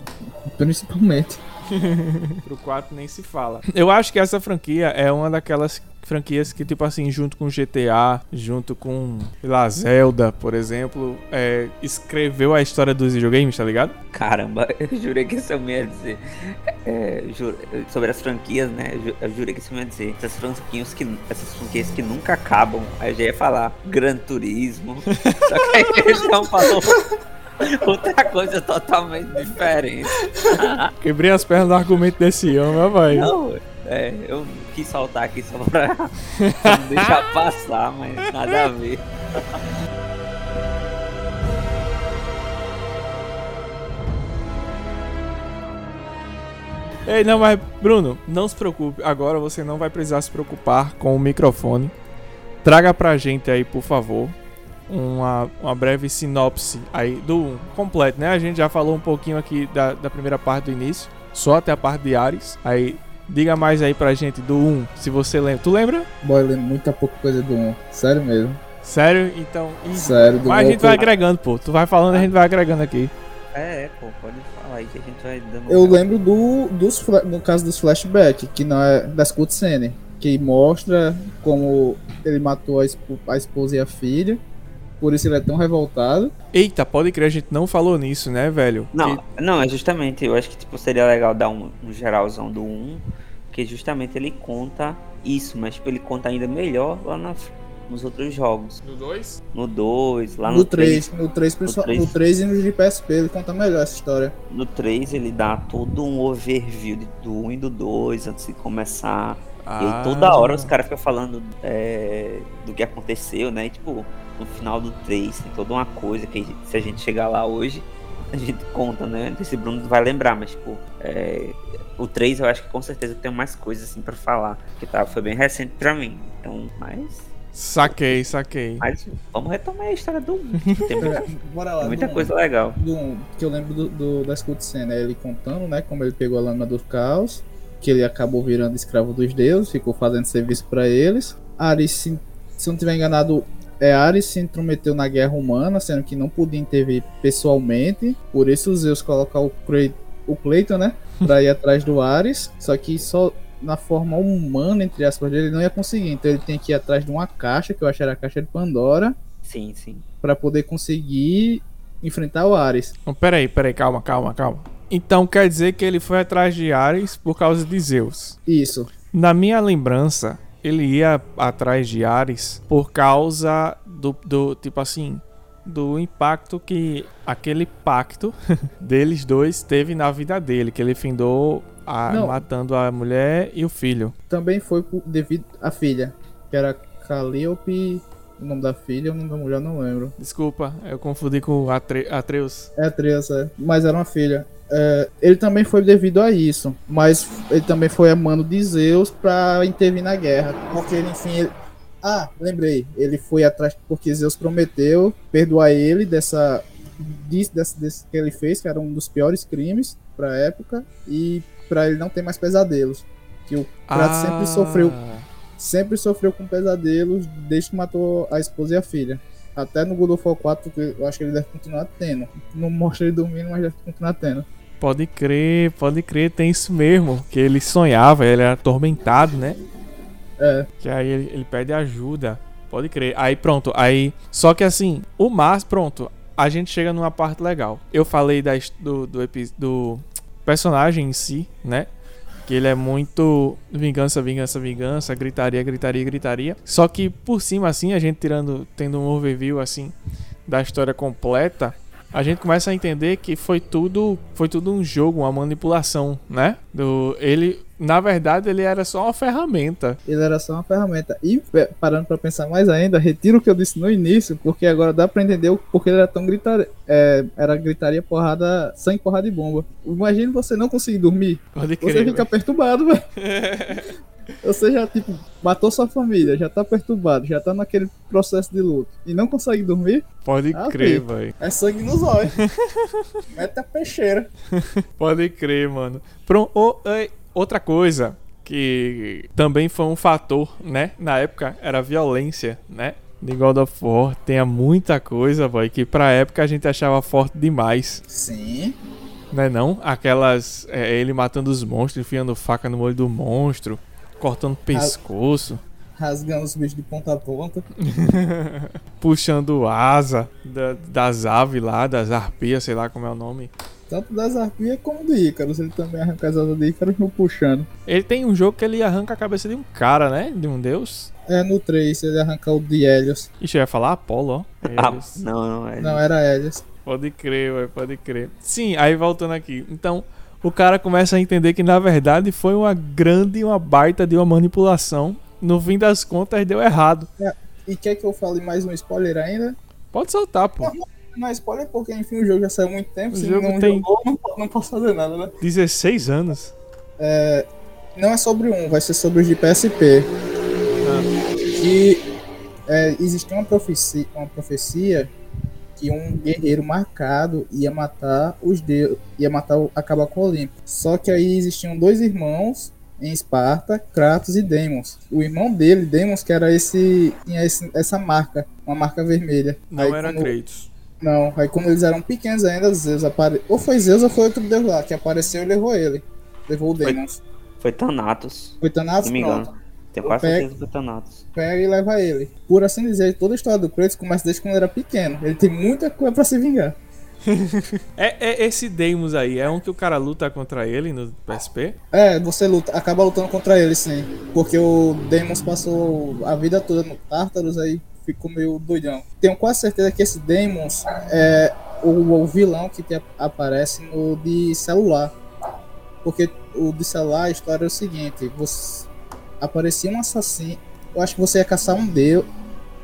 Speaker 1: Principalmente.
Speaker 2: Pro 4 nem se fala. Eu acho que essa franquia é uma daquelas franquias que, tipo assim, junto com GTA, junto com, sei lá, Zelda, por exemplo, é, escreveu a história dos videogames, tá ligado?
Speaker 3: Caramba, eu jurei que isso eu ia dizer. É, ju- sobre as franquias, né? Eu ju- Eu jurei que isso eu ia dizer. Essas franquias que, essas franquias que nunca acabam. Aí eu já ia falar Gran Turismo. Só que aí eles não falou outra coisa totalmente diferente.
Speaker 2: Quebrei as pernas do argumento desse homem, ó, vai.
Speaker 3: Não, é, eu quis saltar aqui só pra, pra não deixar passar, mas nada a ver.
Speaker 2: Ei, não, mas, Bruno, não se preocupe. Agora você não vai precisar se preocupar com o microfone. Traga pra gente aí, por favor, uma, uma breve sinopse aí do 1 completo, né? A gente já falou um pouquinho aqui da, da primeira parte do início, só até a parte de Ares. Aí, diga mais aí pra gente do 1, se você lembra. Tu lembra?
Speaker 1: Boy, eu lembro muita pouca coisa do 1. Sério mesmo.
Speaker 2: Sério? Então. ih,
Speaker 1: Sério, do
Speaker 2: Mas a
Speaker 1: um
Speaker 2: gente vai
Speaker 1: eu-
Speaker 2: agregando, pô. Tu vai falando, a gente vai agregando aqui.
Speaker 3: É, é, pô, pode falar aí que a gente vai dando.
Speaker 1: Eu lembro do, dos, fla- no caso dos flashbacks, que não é das cutscenes, que mostra como ele matou a, espo- a esposa e a filha, por isso ele é tão revoltado.
Speaker 2: Eita, pode crer, a gente não falou nisso, né, velho?
Speaker 3: Não,
Speaker 2: Que-
Speaker 3: não, é justamente, eu acho que tipo, seria legal dar um, um geralzão do 1, porque justamente ele conta isso, mas tipo, ele conta ainda melhor lá na f- nos outros jogos.
Speaker 2: No 2?
Speaker 3: No 2, lá no,
Speaker 1: no 3, no 3,
Speaker 3: No três.
Speaker 1: no 3 e no de PSP, ele conta melhor essa história.
Speaker 3: No 3 ele dá todo um overview de- do 1 e do 2 antes de começar. E
Speaker 2: Ah.
Speaker 3: aí toda hora os caras ficam falando é, do que aconteceu, né? E, tipo, no final do 3 tem toda uma coisa que se a gente chegar lá hoje, a gente conta, né? Esse Bruno vai lembrar, mas tipo, é, o 3 eu acho que com certeza tem mais coisas assim pra falar. Porque tá, foi bem recente pra mim. Então, mas.
Speaker 2: Saquei, saquei.
Speaker 3: mas vamos retomar a história do 1. que Tem muita,
Speaker 1: É, Bora lá,
Speaker 3: muita
Speaker 1: do um.
Speaker 3: coisa legal.
Speaker 1: do, que eu lembro do, do, das cutscenes, é ele contando, né, como ele pegou a lâmina do caos, que ele acabou virando escravo dos deuses, ficou fazendo serviço pra eles. Ares, se, se eu não tiver enganado, é Ares se intrometeu na guerra humana, sendo que não podia intervir pessoalmente, por isso os Zeus colocaram o, Cre- o Cleiton, né, pra ir atrás do Ares, só que só na forma humana, entre aspas, dele, ele não ia conseguir, então ele tem que ir atrás de uma caixa, que eu acho que era a caixa de Pandora,
Speaker 3: Sim, sim.
Speaker 1: pra poder conseguir enfrentar o Ares.
Speaker 2: Não, peraí, peraí, calma, calma, calma. Então quer dizer que ele foi atrás de Ares por causa de Zeus.
Speaker 1: Isso.
Speaker 2: Na minha lembrança, ele ia atrás de Ares por causa do, do tipo assim, do impacto que aquele pacto deles dois teve na vida dele, que ele findou a-
Speaker 1: Não.
Speaker 2: matando a mulher e o filho.
Speaker 1: Também foi por- devido à filha, que era Calliope, o nome da filha, o nome da mulher eu não lembro.
Speaker 2: Desculpa, eu confundi com o Atre- Atreus.
Speaker 1: É a Treza, mas era uma filha. É, ele também foi devido a isso, mas ele também foi a mano de Zeus pra intervir na guerra, porque ele, enfim, ele... Ah, lembrei, ele foi atrás porque Zeus prometeu perdoar ele dessa... Disso, desse, desse que ele fez, que era um dos piores crimes pra época, e pra ele não ter mais pesadelos. Que o Kratos
Speaker 2: Ah.
Speaker 1: sempre sofreu sempre sofreu com pesadelos desde que matou a esposa e a filha. Até no God of War 4, que eu acho que ele deve continuar tendo. Não mostra ele dormindo, mas deve continuar tendo.
Speaker 2: Pode crer, pode crer, tem isso mesmo. Que ele sonhava, ele era atormentado, né?
Speaker 1: É,
Speaker 2: Que aí ele, ele pede ajuda. Pode crer. Aí pronto, aí. Só que assim, o Mars, pronto, a gente chega numa parte legal. Eu falei da, his- do, do, epi- do personagem em si, né? Que ele é muito vingança, vingança, vingança, gritaria, gritaria, gritaria. Só que por cima, assim, a gente tirando, tendo um overview, assim, da história completa, a gente começa a entender que foi tudo, foi tudo um jogo, uma manipulação, né? Do ele, na verdade, ele era só uma ferramenta.
Speaker 1: Ele era só uma ferramenta. E pe- parando pra pensar mais ainda, retiro o que eu disse no início, porque agora dá pra entender o porque ele era tão gritar, é, era gritaria porrada, sangue, porrada e bomba. Imagina você não conseguir dormir,
Speaker 2: Pode
Speaker 1: você
Speaker 2: crer.
Speaker 1: fica
Speaker 2: velho.
Speaker 1: perturbado, velho. Você já, tipo, matou sua família, já tá perturbado, já tá naquele processo de luto e não consegue dormir,
Speaker 2: Pode
Speaker 1: Ah,
Speaker 2: crer,
Speaker 1: filho.
Speaker 2: velho.
Speaker 1: é sangue nos olhos. Mete a peixeira.
Speaker 2: Pode crer, mano. Pronto. ô, ei, Outra coisa que também foi um fator, né? Na época era a violência, né? De God of War tinha muita coisa, boy, que pra época a gente achava forte demais,
Speaker 4: Sim.
Speaker 2: né não? Aquelas, é, ele matando os monstros, enfiando faca no olho do monstro, cortando
Speaker 1: Ah,
Speaker 2: pescoço.
Speaker 1: Rasgando os bichos de ponta a ponta.
Speaker 2: puxando asa da- das aves lá, das arpias, sei lá como é o nome.
Speaker 1: Tanto das arpias como do Ícaros. Ele também arranca as asas do Ícaros no puxando.
Speaker 2: Ele tem um jogo que ele arranca a cabeça de um cara, né? De um deus.
Speaker 1: É no 3, ele arrancar o de Helios.
Speaker 2: Ixi, eu ia falar Apolo, ó.
Speaker 3: Ah,
Speaker 2: Eles-
Speaker 3: não, não, é.
Speaker 1: Não, era Helios.
Speaker 2: Pode crer, ué, pode crer. Sim, aí voltando aqui. Então, o cara começa a entender que na verdade foi uma grande, uma baita de uma manipulação. No fim das contas, deu errado.
Speaker 1: E quer que eu fale mais um spoiler ainda?
Speaker 2: Pode soltar, pô.
Speaker 1: Não é spoiler porque, enfim, o jogo já saiu há muito tempo.
Speaker 2: O
Speaker 1: Se
Speaker 2: jogo
Speaker 1: não
Speaker 2: tem-
Speaker 1: jogou, não, po- não posso fazer nada, né?
Speaker 2: 16 anos.
Speaker 1: É, não é sobre um, vai ser sobre os de PSP.
Speaker 2: Ah.
Speaker 1: Que é, existia uma profecia, uma profecia que um guerreiro marcado ia matar os deuses, ia matar, o- acabar com o Olimpo. Só que aí existiam dois irmãos em Esparta, Kratos e Deimos. O irmão dele, Deimos, que era esse, tinha esse- essa marca, uma marca vermelha.
Speaker 2: Não
Speaker 1: Aí
Speaker 2: era
Speaker 1: quando-
Speaker 2: Kratos.
Speaker 1: não, aí quando eles eram pequenos ainda, Zeus apareceu. Ou foi Zeus ou foi outro deus lá, que apareceu e levou ele. Levou o
Speaker 3: Foi-
Speaker 1: Demons.
Speaker 3: Foi Thanatos.
Speaker 1: Foi Thanatos,
Speaker 3: Se não me
Speaker 1: pronto.
Speaker 3: engano. Tenho quase
Speaker 1: Pega.
Speaker 3: certeza que foi Thanatos.
Speaker 1: Pega e leva ele. Por assim dizer, toda a história do Kratos começa desde quando ele era pequeno. Ele tem muita coisa pra se vingar.
Speaker 2: É, é esse Deimos aí, é um que o cara luta contra ele no PSP?
Speaker 1: É, você luta, acaba lutando contra ele, sim. Porque o Demons passou a vida toda no Tartarus, aí ficou meio doidão. Tenho quase certeza que esse Demons é o, o vilão que te ap- aparece no de celular. Porque o de celular, a história é o seguinte: você aparecia um assassino. Eu acho que você ia caçar um deus.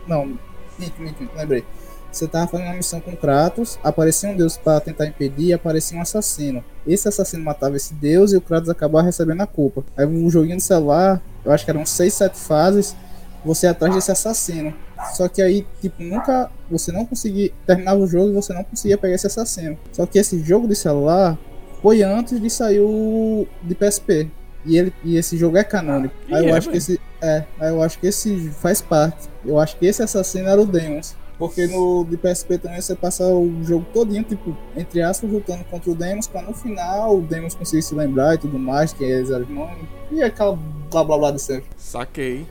Speaker 1: Não, minto, minto, minto, lembrei. Você tava fazendo uma missão com Kratos, aparecia um deus para tentar impedir e aparecia um assassino. Esse assassino matava esse deus e o Kratos acabava recebendo a culpa. Aí um joguinho de celular, eu acho que eram 6, 7 fases, você ia atrás desse assassino. Só que aí, tipo, nunca você não conseguia. Terminava o jogo e você não conseguia pegar esse assassino. Só que esse jogo de celular foi antes de sair o de PSP. E, ele, e esse jogo é canônico.
Speaker 2: Ih,
Speaker 1: Aí eu
Speaker 2: é,
Speaker 1: acho que
Speaker 2: velho.
Speaker 1: esse. É, aí eu acho que esse faz parte. Eu acho que esse assassino era o Demons. Porque no de PSP também você passa o jogo todinho, tipo, entre aspas, lutando contra o Demos, pra no final o Demos conseguir se lembrar e tudo mais, que eles eram irmãos, e aquela blá blá blá de sempre.
Speaker 2: Saquei.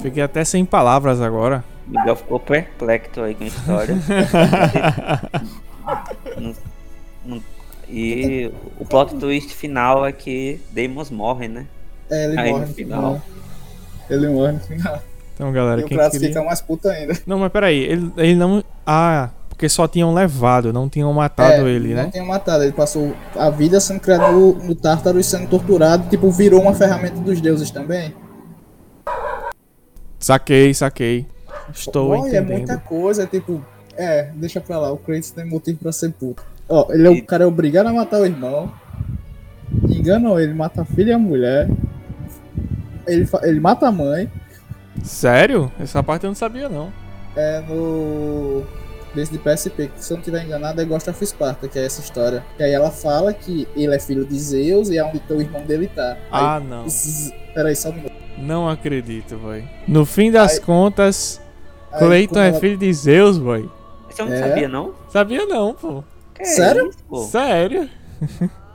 Speaker 2: Fiquei até sem palavras agora.
Speaker 3: Miguel ficou perplexo aí com a história. Não- não- e o plot twist final é que Deimos morre, né?
Speaker 1: É, ele
Speaker 3: Aí,
Speaker 1: morre
Speaker 3: no
Speaker 1: no
Speaker 3: final.
Speaker 1: final. Ele morre no final.
Speaker 2: Então, galera,
Speaker 1: e o
Speaker 2: quem
Speaker 1: Kratos
Speaker 2: queria...
Speaker 1: fica mais puto ainda.
Speaker 2: Não, mas peraí, ele, ele não... Ah, porque só tinham levado, não tinham matado
Speaker 1: É,
Speaker 2: ele,
Speaker 1: não
Speaker 2: né?
Speaker 1: tem matado, ele passou a vida sendo criado no, no Tártaro e sendo torturado, tipo, virou uma ferramenta dos deuses também.
Speaker 2: Saquei, saquei. Estou
Speaker 1: Olha, é
Speaker 2: entendendo.
Speaker 1: muita coisa, tipo, é, deixa pra lá, o Kratos tem motivo pra ser puto. Ó, ele é o cara é obrigado a matar o irmão. Enganou ele, mata a filha e a mulher. Ele, fa- ele mata a mãe.
Speaker 2: Sério? Essa parte eu não sabia, não.
Speaker 1: É no. Desse de PSP, que se eu não tiver enganado é Ghost of Sparta, que é essa história. Que aí ela fala que ele é filho de Zeus e é onde o irmão dele tá.
Speaker 2: Ah, não.
Speaker 1: Aí, zzz, peraí, só um minuto.
Speaker 2: Não acredito, boy. No fim das
Speaker 1: Aí-
Speaker 2: contas,
Speaker 1: Aí,
Speaker 2: Clayton
Speaker 1: quando
Speaker 2: é
Speaker 1: ela-
Speaker 2: filho de Zeus, boy.
Speaker 3: Você não
Speaker 1: É.
Speaker 3: sabia, não?
Speaker 2: Sabia não, pô.
Speaker 3: Que
Speaker 1: Sério?
Speaker 3: isso, pô?
Speaker 2: Sério?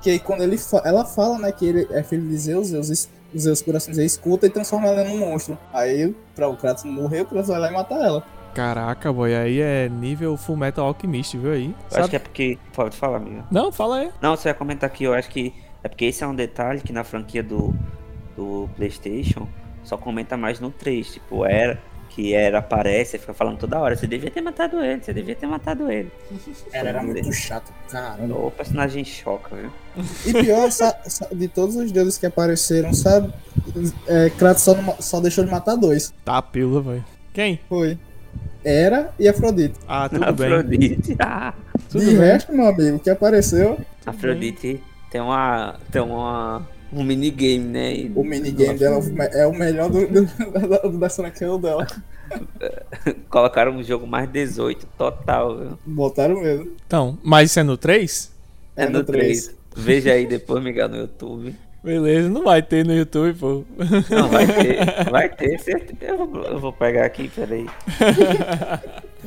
Speaker 1: Que aí quando ele fa- ela fala, né, que ele é filho de Zeus, Zeus, es- Zeus corações escuta e transforma ela num monstro. Aí, pra o Kratos não morrer, o Kratos vai lá e mata ela.
Speaker 2: Caraca, boy, aí é nível Full Metal Alchemist, viu aí?
Speaker 3: Eu acho
Speaker 2: Sabe-
Speaker 3: que é porque. Pode falar, amigo.
Speaker 2: Não, fala aí.
Speaker 3: Não, você ia comentar aqui, eu acho que É porque esse é um detalhe que na franquia do, do PlayStation só comenta mais no 3. Tipo, era que era aparece e fica falando toda hora: você devia ter matado ele, você devia ter matado ele.
Speaker 4: Era, era muito chato, caramba.
Speaker 3: O personagem choca, viu?
Speaker 1: E pior, sa- sa- de todos os deuses que apareceram, sabe? É, Kratos só, não ma- só deixou de matar dois.
Speaker 2: Tá a pílula, velho. Quem?
Speaker 1: Foi. Era e Afrodite.
Speaker 2: Ah, tudo bem.
Speaker 3: Afrodite. Ah,
Speaker 1: de resto, meu amigo, o que apareceu,
Speaker 3: Afrodite tem uma. tem uma. um minigame, né? E-
Speaker 1: o minigame dela é o melhor do, do, da, da franquia dela.
Speaker 3: Colocaram um jogo mais 18 total, viu?
Speaker 1: Botaram mesmo.
Speaker 2: Então, mas isso é no 3?
Speaker 3: É no 3. Veja aí depois, Miguel, no YouTube.
Speaker 2: Beleza, não vai ter no YouTube, pô.
Speaker 3: Não, vai ter, vai ter, certeza. Eu vou, eu vou pegar aqui, peraí.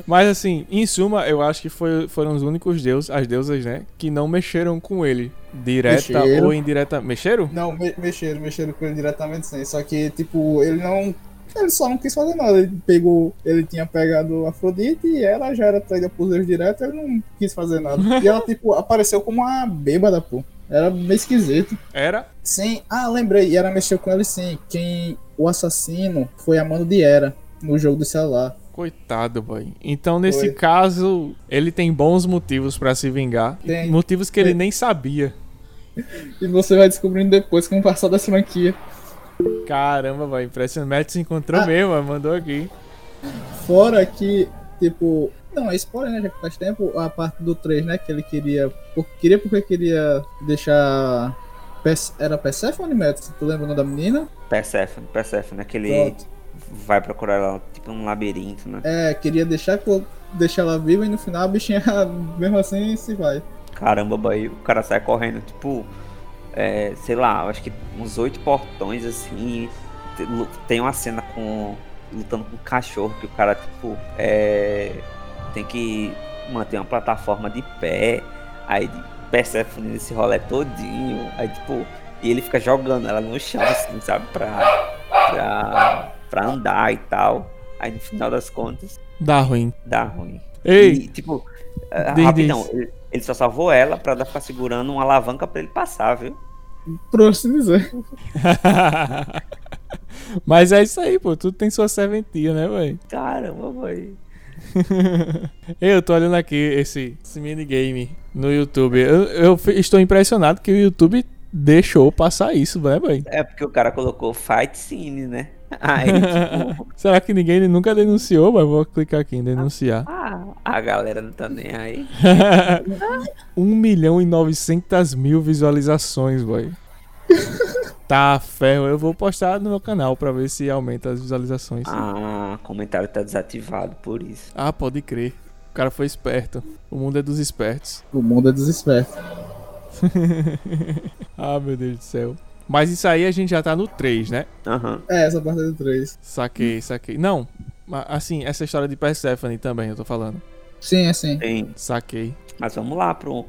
Speaker 2: Mas assim, em suma, eu acho que foi- foram os únicos deuses, as deusas, né? Que não mexeram com ele. Direta
Speaker 1: Mexeram.
Speaker 2: ou indireta. Mexeram?
Speaker 1: Não, me- mexeram, mexeram com ele diretamente sim. Só que, tipo, ele não. Ele só não quis fazer nada. Ele pegou. Ele tinha pegado Afrodite e ela já era traída por Zeus direto, ele não quis fazer nada. E ela, tipo, apareceu como uma bêbada, pô. Era meio esquisito.
Speaker 2: Era?
Speaker 1: Sim, ah, lembrei, e era mexeu com ele sim. Quem. O assassino foi a mano de Era no jogo do celular.
Speaker 2: Coitado, boy. Então, nesse
Speaker 1: Foi.
Speaker 2: caso, ele tem bons motivos pra se vingar.
Speaker 1: Tem.
Speaker 2: Motivos que ele
Speaker 1: Tem.
Speaker 2: nem sabia.
Speaker 1: E você vai descobrindo depois com o passar da franquia.
Speaker 2: Caramba, boy. Impressionante. Matt se encontrou
Speaker 1: Ah.
Speaker 2: mesmo, boy, mandou aqui.
Speaker 1: Fora que, tipo. Não, é spoiler, né? Já que faz tempo, a parte do 3, né? Que ele queria. por- queria porque queria deixar. Perse- Era Persephone, Matt? Tu lembra o nome da menina?
Speaker 3: Persephone, Persephone, aquele.
Speaker 1: Pronto.
Speaker 3: né? Vai procurar lá, tipo um labirinto, né?
Speaker 1: É, queria deixar, co- deixar ela viva e no final a bichinha, mesmo assim, se vai.
Speaker 3: Caramba, boy, o cara sai correndo, tipo, é, sei lá, eu acho que uns oito portões assim. Te- lu- Tem uma cena com. lutando com um cachorro que o cara, tipo, é, tem que manter uma plataforma de pé. Aí percebe nesse rolê todinho. Aí, tipo, e ele fica jogando ela no chão, assim, sabe, pra, pra, pra andar e tal. Aí no final das contas,
Speaker 2: Dá ruim.
Speaker 3: dá ruim.
Speaker 2: Ei!
Speaker 3: E, tipo, ah,
Speaker 2: Diz,
Speaker 3: rapidão,
Speaker 2: diz.
Speaker 3: ele- ele só salvou ela pra ela ficar segurando uma alavanca pra ele passar, viu?
Speaker 1: Pra se dizer.
Speaker 2: Mas é isso aí, pô. Tudo tem sua serventia, né, boy?
Speaker 3: Caramba, boy.
Speaker 2: Eu tô olhando aqui esse, esse minigame no YouTube. Eu, eu fi- estou impressionado que o YouTube deixou passar isso, né, boy?
Speaker 3: É porque o cara colocou fight scene, né? Aí, tipo,
Speaker 2: Será que ninguém nunca denunciou? Mas vou clicar aqui em denunciar.
Speaker 3: ah, a galera não tá nem aí.
Speaker 2: 1 milhão e 900 mil visualizações, boy. Tá, ferro. Eu vou postar no meu canal pra ver se aumenta as visualizações.
Speaker 3: Ah, comentário tá desativado por isso.
Speaker 2: Ah, pode crer. O cara foi esperto. O mundo é dos espertos.
Speaker 1: O mundo é desesperto.
Speaker 2: Ah, meu Deus do céu. Mas isso aí a gente já tá no 3, né?
Speaker 3: Aham.
Speaker 1: É, essa parte do 3.
Speaker 2: Saquei, saquei. Não, ma- assim, essa história de Persephone também eu tô falando.
Speaker 1: Sim, é sim.
Speaker 3: Sim.
Speaker 2: Saquei.
Speaker 3: Mas vamos lá pro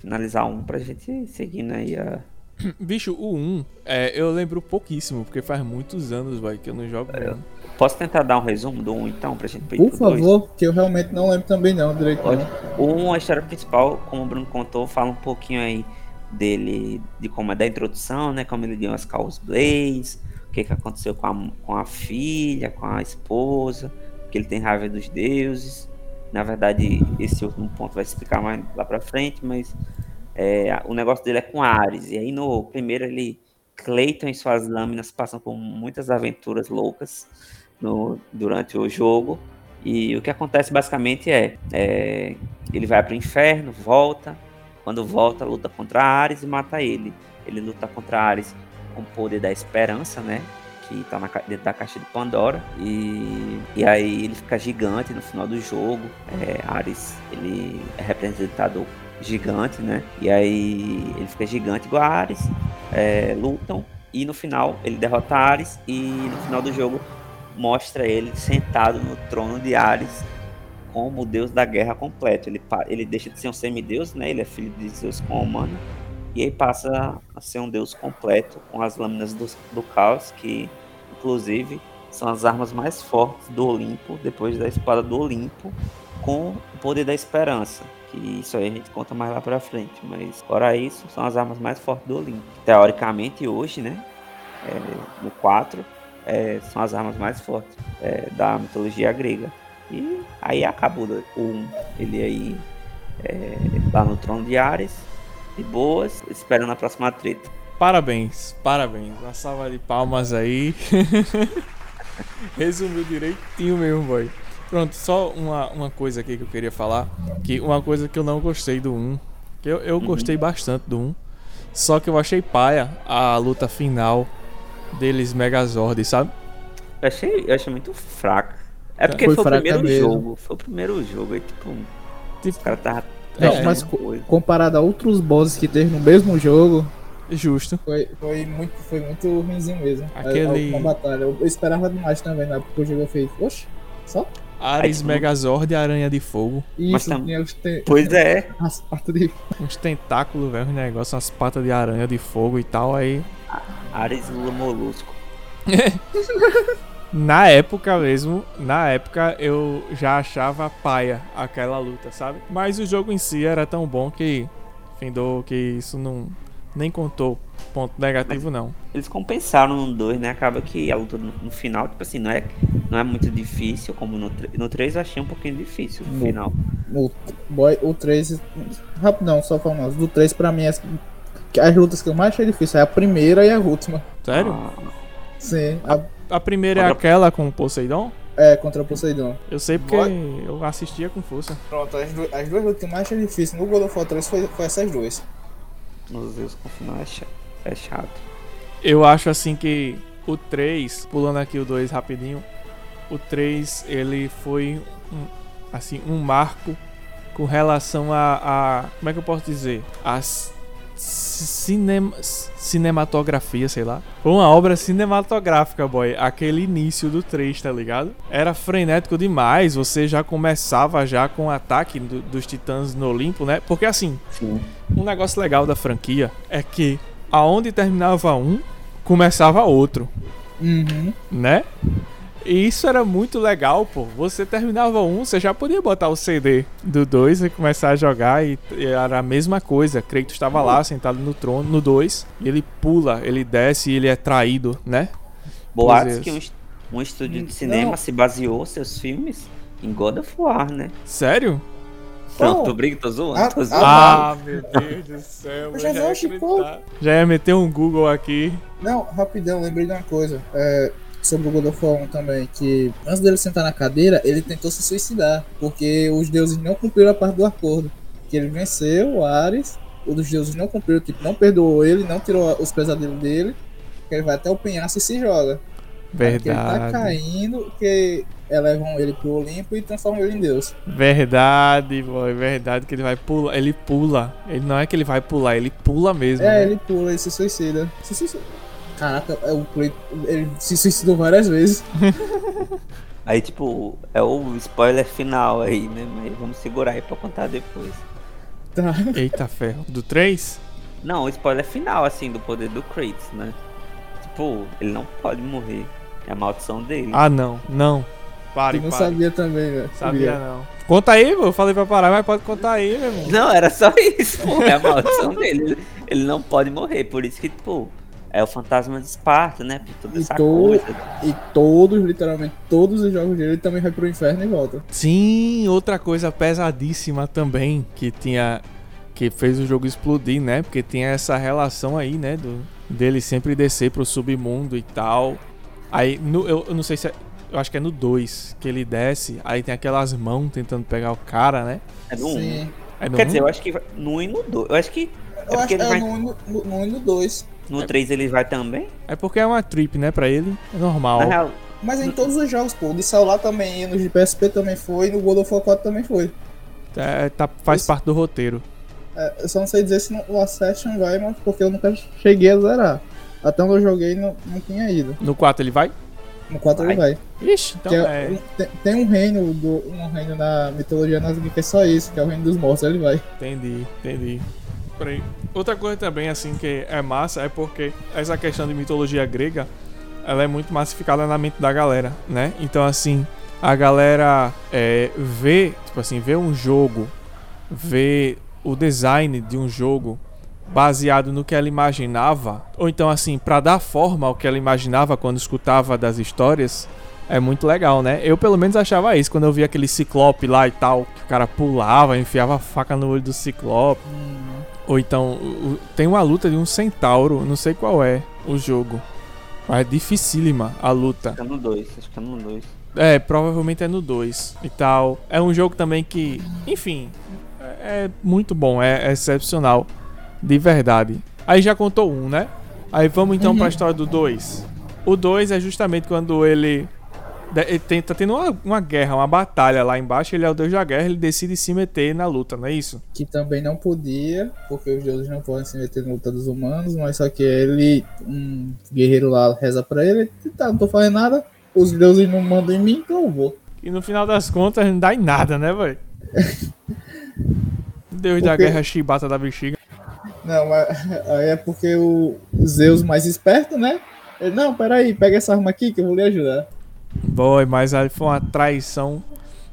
Speaker 3: finalizar um pra gente ir seguindo aí a.
Speaker 2: Hum, Bicho, o 1, é, eu lembro pouquíssimo, porque faz muitos anos, vai, que eu não jogo. mesmo.
Speaker 3: Posso tentar dar um resumo do 1 então, pra gente ir
Speaker 1: Por
Speaker 3: pro dois?
Speaker 1: favor, que eu realmente não lembro também não, direito.
Speaker 3: Pode.
Speaker 1: não.
Speaker 3: Um, a história principal, como o Bruno contou, fala um pouquinho aí dele, de como é da introdução, né? Como ele deu as Chaos Blaze, o que, que aconteceu com a, com a filha, com a esposa, que ele tem raiva dos deuses. Na verdade, esse último ponto vai explicar mais lá pra frente, mas é, a- o negócio dele é com Ares. E aí no primeiro ele. Clayton e suas lâminas passam por muitas aventuras loucas no- durante o jogo. E o que acontece basicamente é, é, ele vai pro inferno, volta. Quando volta, luta contra Ares e mata ele. Ele luta contra Ares com o poder da esperança, né? Que tá na ca- dentro da caixa de Pandora. E, e aí ele fica gigante no final do jogo. É, Ares, ele é representado gigante, né? E aí ele fica gigante igual a Ares. é, lutam. E no final ele derrota Ares. E no final do jogo mostra ele sentado no trono de Ares como o deus da guerra completo. Ele, pa- ele deixa de ser um semideus, né? Ele é filho de Zeus com a humana. E aí passa a ser um deus completo com as lâminas do, do caos, que inclusive são as armas mais fortes do Olimpo, depois da espada do Olimpo, com o poder da esperança. que que isso aí a gente conta mais lá pra frente. Mas fora isso, são as armas mais fortes do Olimpo. Teoricamente hoje, né? é, no 4, é, são as armas mais fortes é, da mitologia grega. E aí acabou o 1. Ele aí é, lá no trono de Ares, de boas, esperando a próxima treta.
Speaker 2: Parabéns, parabéns. Uma salva de palmas aí. Resumiu direitinho mesmo, boy. Pronto, só uma, uma coisa aqui que eu queria falar. Que uma coisa que eu não gostei do 1. Que eu, eu gostei bastante do 1. Só que eu achei paia a luta final deles Megazord, sabe?
Speaker 3: Eu achei, eu achei muito fraca. É porque
Speaker 5: Foi
Speaker 3: foi, o
Speaker 5: fraca
Speaker 3: primeiro
Speaker 5: mesmo.
Speaker 3: jogo. Foi o primeiro jogo. Aí, tipo, os
Speaker 2: Tipo,
Speaker 3: caras tava.
Speaker 5: Não,
Speaker 3: testando
Speaker 5: mas co-
Speaker 3: coisa.
Speaker 5: comparado a outros bosses que teve no mesmo jogo,
Speaker 2: justo.
Speaker 1: Foi, foi muito, foi muito ruimzinho mesmo. A-
Speaker 2: Aquele-
Speaker 1: A, última batalha. Eu, eu esperava demais também na época que o jogo fez. Oxe, só?
Speaker 2: Ares,
Speaker 3: Aí, tu-
Speaker 2: Megazord e Aranha de Fogo.
Speaker 1: Isso,
Speaker 3: tam-
Speaker 1: tinha os te-
Speaker 3: Pois é.
Speaker 1: as partes de.
Speaker 2: Uns tentáculos, velho, uns negócios, umas patas de aranha de fogo e tal. Aí,
Speaker 3: Ares Lula Molusco.
Speaker 2: na época mesmo, na época eu já achava paia aquela luta, sabe? Mas o jogo em si era tão bom que findou que isso não nem contou. Ponto negativo, não.
Speaker 3: Eles compensaram no 2, né? Acaba que a luta no, no final, tipo assim, não é, não é muito difícil, como no 3. No 3 eu achei um pouquinho difícil no
Speaker 1: Muito.
Speaker 3: final.
Speaker 1: O, boy, o 3. Rapidão, só falando. Do 3 pra mim, as, que- as lutas que eu mais achei difícil é a primeira e a última.
Speaker 2: Sério?
Speaker 3: Ah,
Speaker 1: Sim, a-
Speaker 2: A primeira é
Speaker 3: Outra-
Speaker 2: aquela com o Poseidon?
Speaker 1: é contra o Poseidon.
Speaker 2: Eu sei porque
Speaker 1: Bora.
Speaker 2: eu assistia com força.
Speaker 1: Pronto, as, du- as duas lutas que eu mais achei difícil no God of War 3 foi, foi essas duas.
Speaker 3: meu Deus, com o final é chato. É chato.
Speaker 2: Eu acho assim que o 3, pulando aqui o 2 rapidinho, o 3 ele foi um, assim, um marco com relação a, a- como é que eu posso dizer? As cinema, cinematografia, sei lá. Foi uma obra cinematográfica, boy. Aquele início do 3, tá ligado? Era frenético demais, você já começava já com o ataque do- dos titãs no Olimpo, né? Porque assim,
Speaker 3: Sim.
Speaker 2: um negócio legal da franquia é que aonde terminava um, começava outro,
Speaker 1: Uhum.
Speaker 2: né? E isso era muito legal, pô. Você terminava um, você já podia botar o CD do 2 e começar a jogar e, e era a mesma coisa. Kratos estava lá sentado no trono no 2, ele pula, ele desce e ele é traído, né?
Speaker 3: Boatos
Speaker 2: Pois é.
Speaker 3: que um, est- um estúdio de
Speaker 1: Não.
Speaker 3: cinema se baseou seus filmes em God of War, né?
Speaker 2: Sério?
Speaker 3: Pronto, tô brincando, tô zoando,
Speaker 1: Ah,
Speaker 3: tô zoando.
Speaker 2: Ah, meu Deus do céu,
Speaker 1: já
Speaker 2: ia
Speaker 1: vi um chipou.
Speaker 2: acreditar. Já ia meter um Google aqui.
Speaker 1: Não, rapidão, lembrei de uma coisa. É, sobre o God of War 1 também, que antes dele sentar na cadeira, ele tentou se suicidar, porque os deuses não cumpriram a parte do acordo. Que ele venceu o Ares, os deuses não cumpriram, tipo, não perdoou ele, não tirou os pesadelos dele, que ele vai até o penhaço e se joga. Que ele tá
Speaker 2: Verdade.
Speaker 1: caindo, que elevam ele pro Olimpo e transformam ele em Deus.
Speaker 2: Verdade, boy, verdade que ele vai pular, ele pula. Ele não é que ele vai pular, ele pula mesmo.
Speaker 1: É,
Speaker 2: né?
Speaker 1: ele pula e se suicida. Se suicida. Caraca, é o Kratos- ele se suicidou várias vezes.
Speaker 3: Aí, tipo, é o spoiler final aí, né? Mas vamos segurar aí pra contar depois.
Speaker 1: Tá.
Speaker 2: Eita ferro. Do 3?
Speaker 3: Não, o spoiler final, assim, do poder do Kratos, né? Tipo, ele não pode morrer. É a maldição dele.
Speaker 2: Ah, não, não. Pare,
Speaker 1: Eu não
Speaker 2: pare.
Speaker 1: sabia também, velho.
Speaker 2: Sabia, não. Conta aí, pô. Eu falei pra parar, mas pode contar aí, meu irmão.
Speaker 3: Não, era só isso, pô. É a maldição dele. Ele- Ele não pode morrer. Por isso que, tipo, é o fantasma de Esparta, né? Por toda essa
Speaker 1: Então,
Speaker 3: coisa.
Speaker 1: E todos, literalmente, todos os jogos dele ele também vai pro inferno e volta.
Speaker 2: Sim, outra coisa pesadíssima também que tinha. Que fez o jogo explodir, né? Porque tinha essa relação aí, né? Do, dele sempre descer pro submundo e tal. Aí, no- eu, eu não sei se é. Eu acho que é no 2 que ele desce. Aí tem aquelas mãos tentando pegar o cara, né?
Speaker 3: É no 1.
Speaker 1: Sim.
Speaker 2: É no
Speaker 3: Quer
Speaker 2: um?
Speaker 3: dizer, eu acho que vai- no 1 e no 2. Eu acho que
Speaker 1: Eu acho
Speaker 3: porque
Speaker 1: que
Speaker 3: ele
Speaker 1: é
Speaker 3: vai-
Speaker 1: no Uno- no no Uno 2.
Speaker 3: no 3 ele vai também.
Speaker 2: É porque é uma trip, né? Pra ele. É normal.
Speaker 3: Na real,
Speaker 1: Mas é em todos os jogos, pô. O de Saular também, e no de PSP também foi, e no God of War 4 também foi.
Speaker 2: É, tá- faz
Speaker 1: Isso.
Speaker 2: parte do roteiro.
Speaker 1: É, eu só não sei dizer se no, o Ascension vai, mas porque eu nunca cheguei a zerar. Até onde eu joguei, não, não tinha ido.
Speaker 2: No 4 ele vai?
Speaker 1: No 4 ele vai.
Speaker 2: Ixi, então
Speaker 1: Que
Speaker 2: é.
Speaker 1: é- tem, tem um reino, do, um reino na mitologia nórdica que é só isso, que é o reino dos mortos, ele vai.
Speaker 2: Entendi, entendi. Peraí. Outra coisa também, assim, que é massa é porque essa questão de mitologia grega, ela é muito massificada na mente da galera, né? Então, assim, a galera é, vê, tipo assim, vê um jogo ver o design de um jogo baseado no que ela imaginava, ou então assim, para dar forma ao que ela imaginava quando escutava das histórias, é muito legal, né? Eu pelo menos achava isso quando eu via aquele ciclope lá e tal, que o cara pulava, enfiava a faca no olho do ciclope. Ou então, o- tem uma luta de um centauro, não sei qual é o jogo. Mas é dificílima a luta.
Speaker 3: Acho que é no 2, acho que é no 2.
Speaker 2: É, provavelmente é no 2 e tal. É um jogo também que, enfim, é é muito bom, é, é excepcional. De verdade. Aí já contou um, né? Aí vamos então pra história do 2. O 2 é justamente quando ele. de- ele tem- tá tendo uma, uma guerra, uma batalha lá embaixo. Ele é o deus da guerra, ele decide se meter na luta, não é isso?
Speaker 1: Que também não podia, porque os deuses não podem se meter na luta dos humanos, mas só que ele, um guerreiro lá, reza pra ele, e tá, não tô fazendo nada, os deuses não mandam em mim, então eu vou.
Speaker 2: E no final das contas não dá em nada, né, velho? Deus da
Speaker 1: Porque-
Speaker 2: guerra, chibata da bexiga.
Speaker 1: Não, mas aí é porque o Zeus mais esperto, né? Ele, não, peraí, pega essa arma aqui que eu vou lhe ajudar.
Speaker 2: Boy, mas aí foi uma traição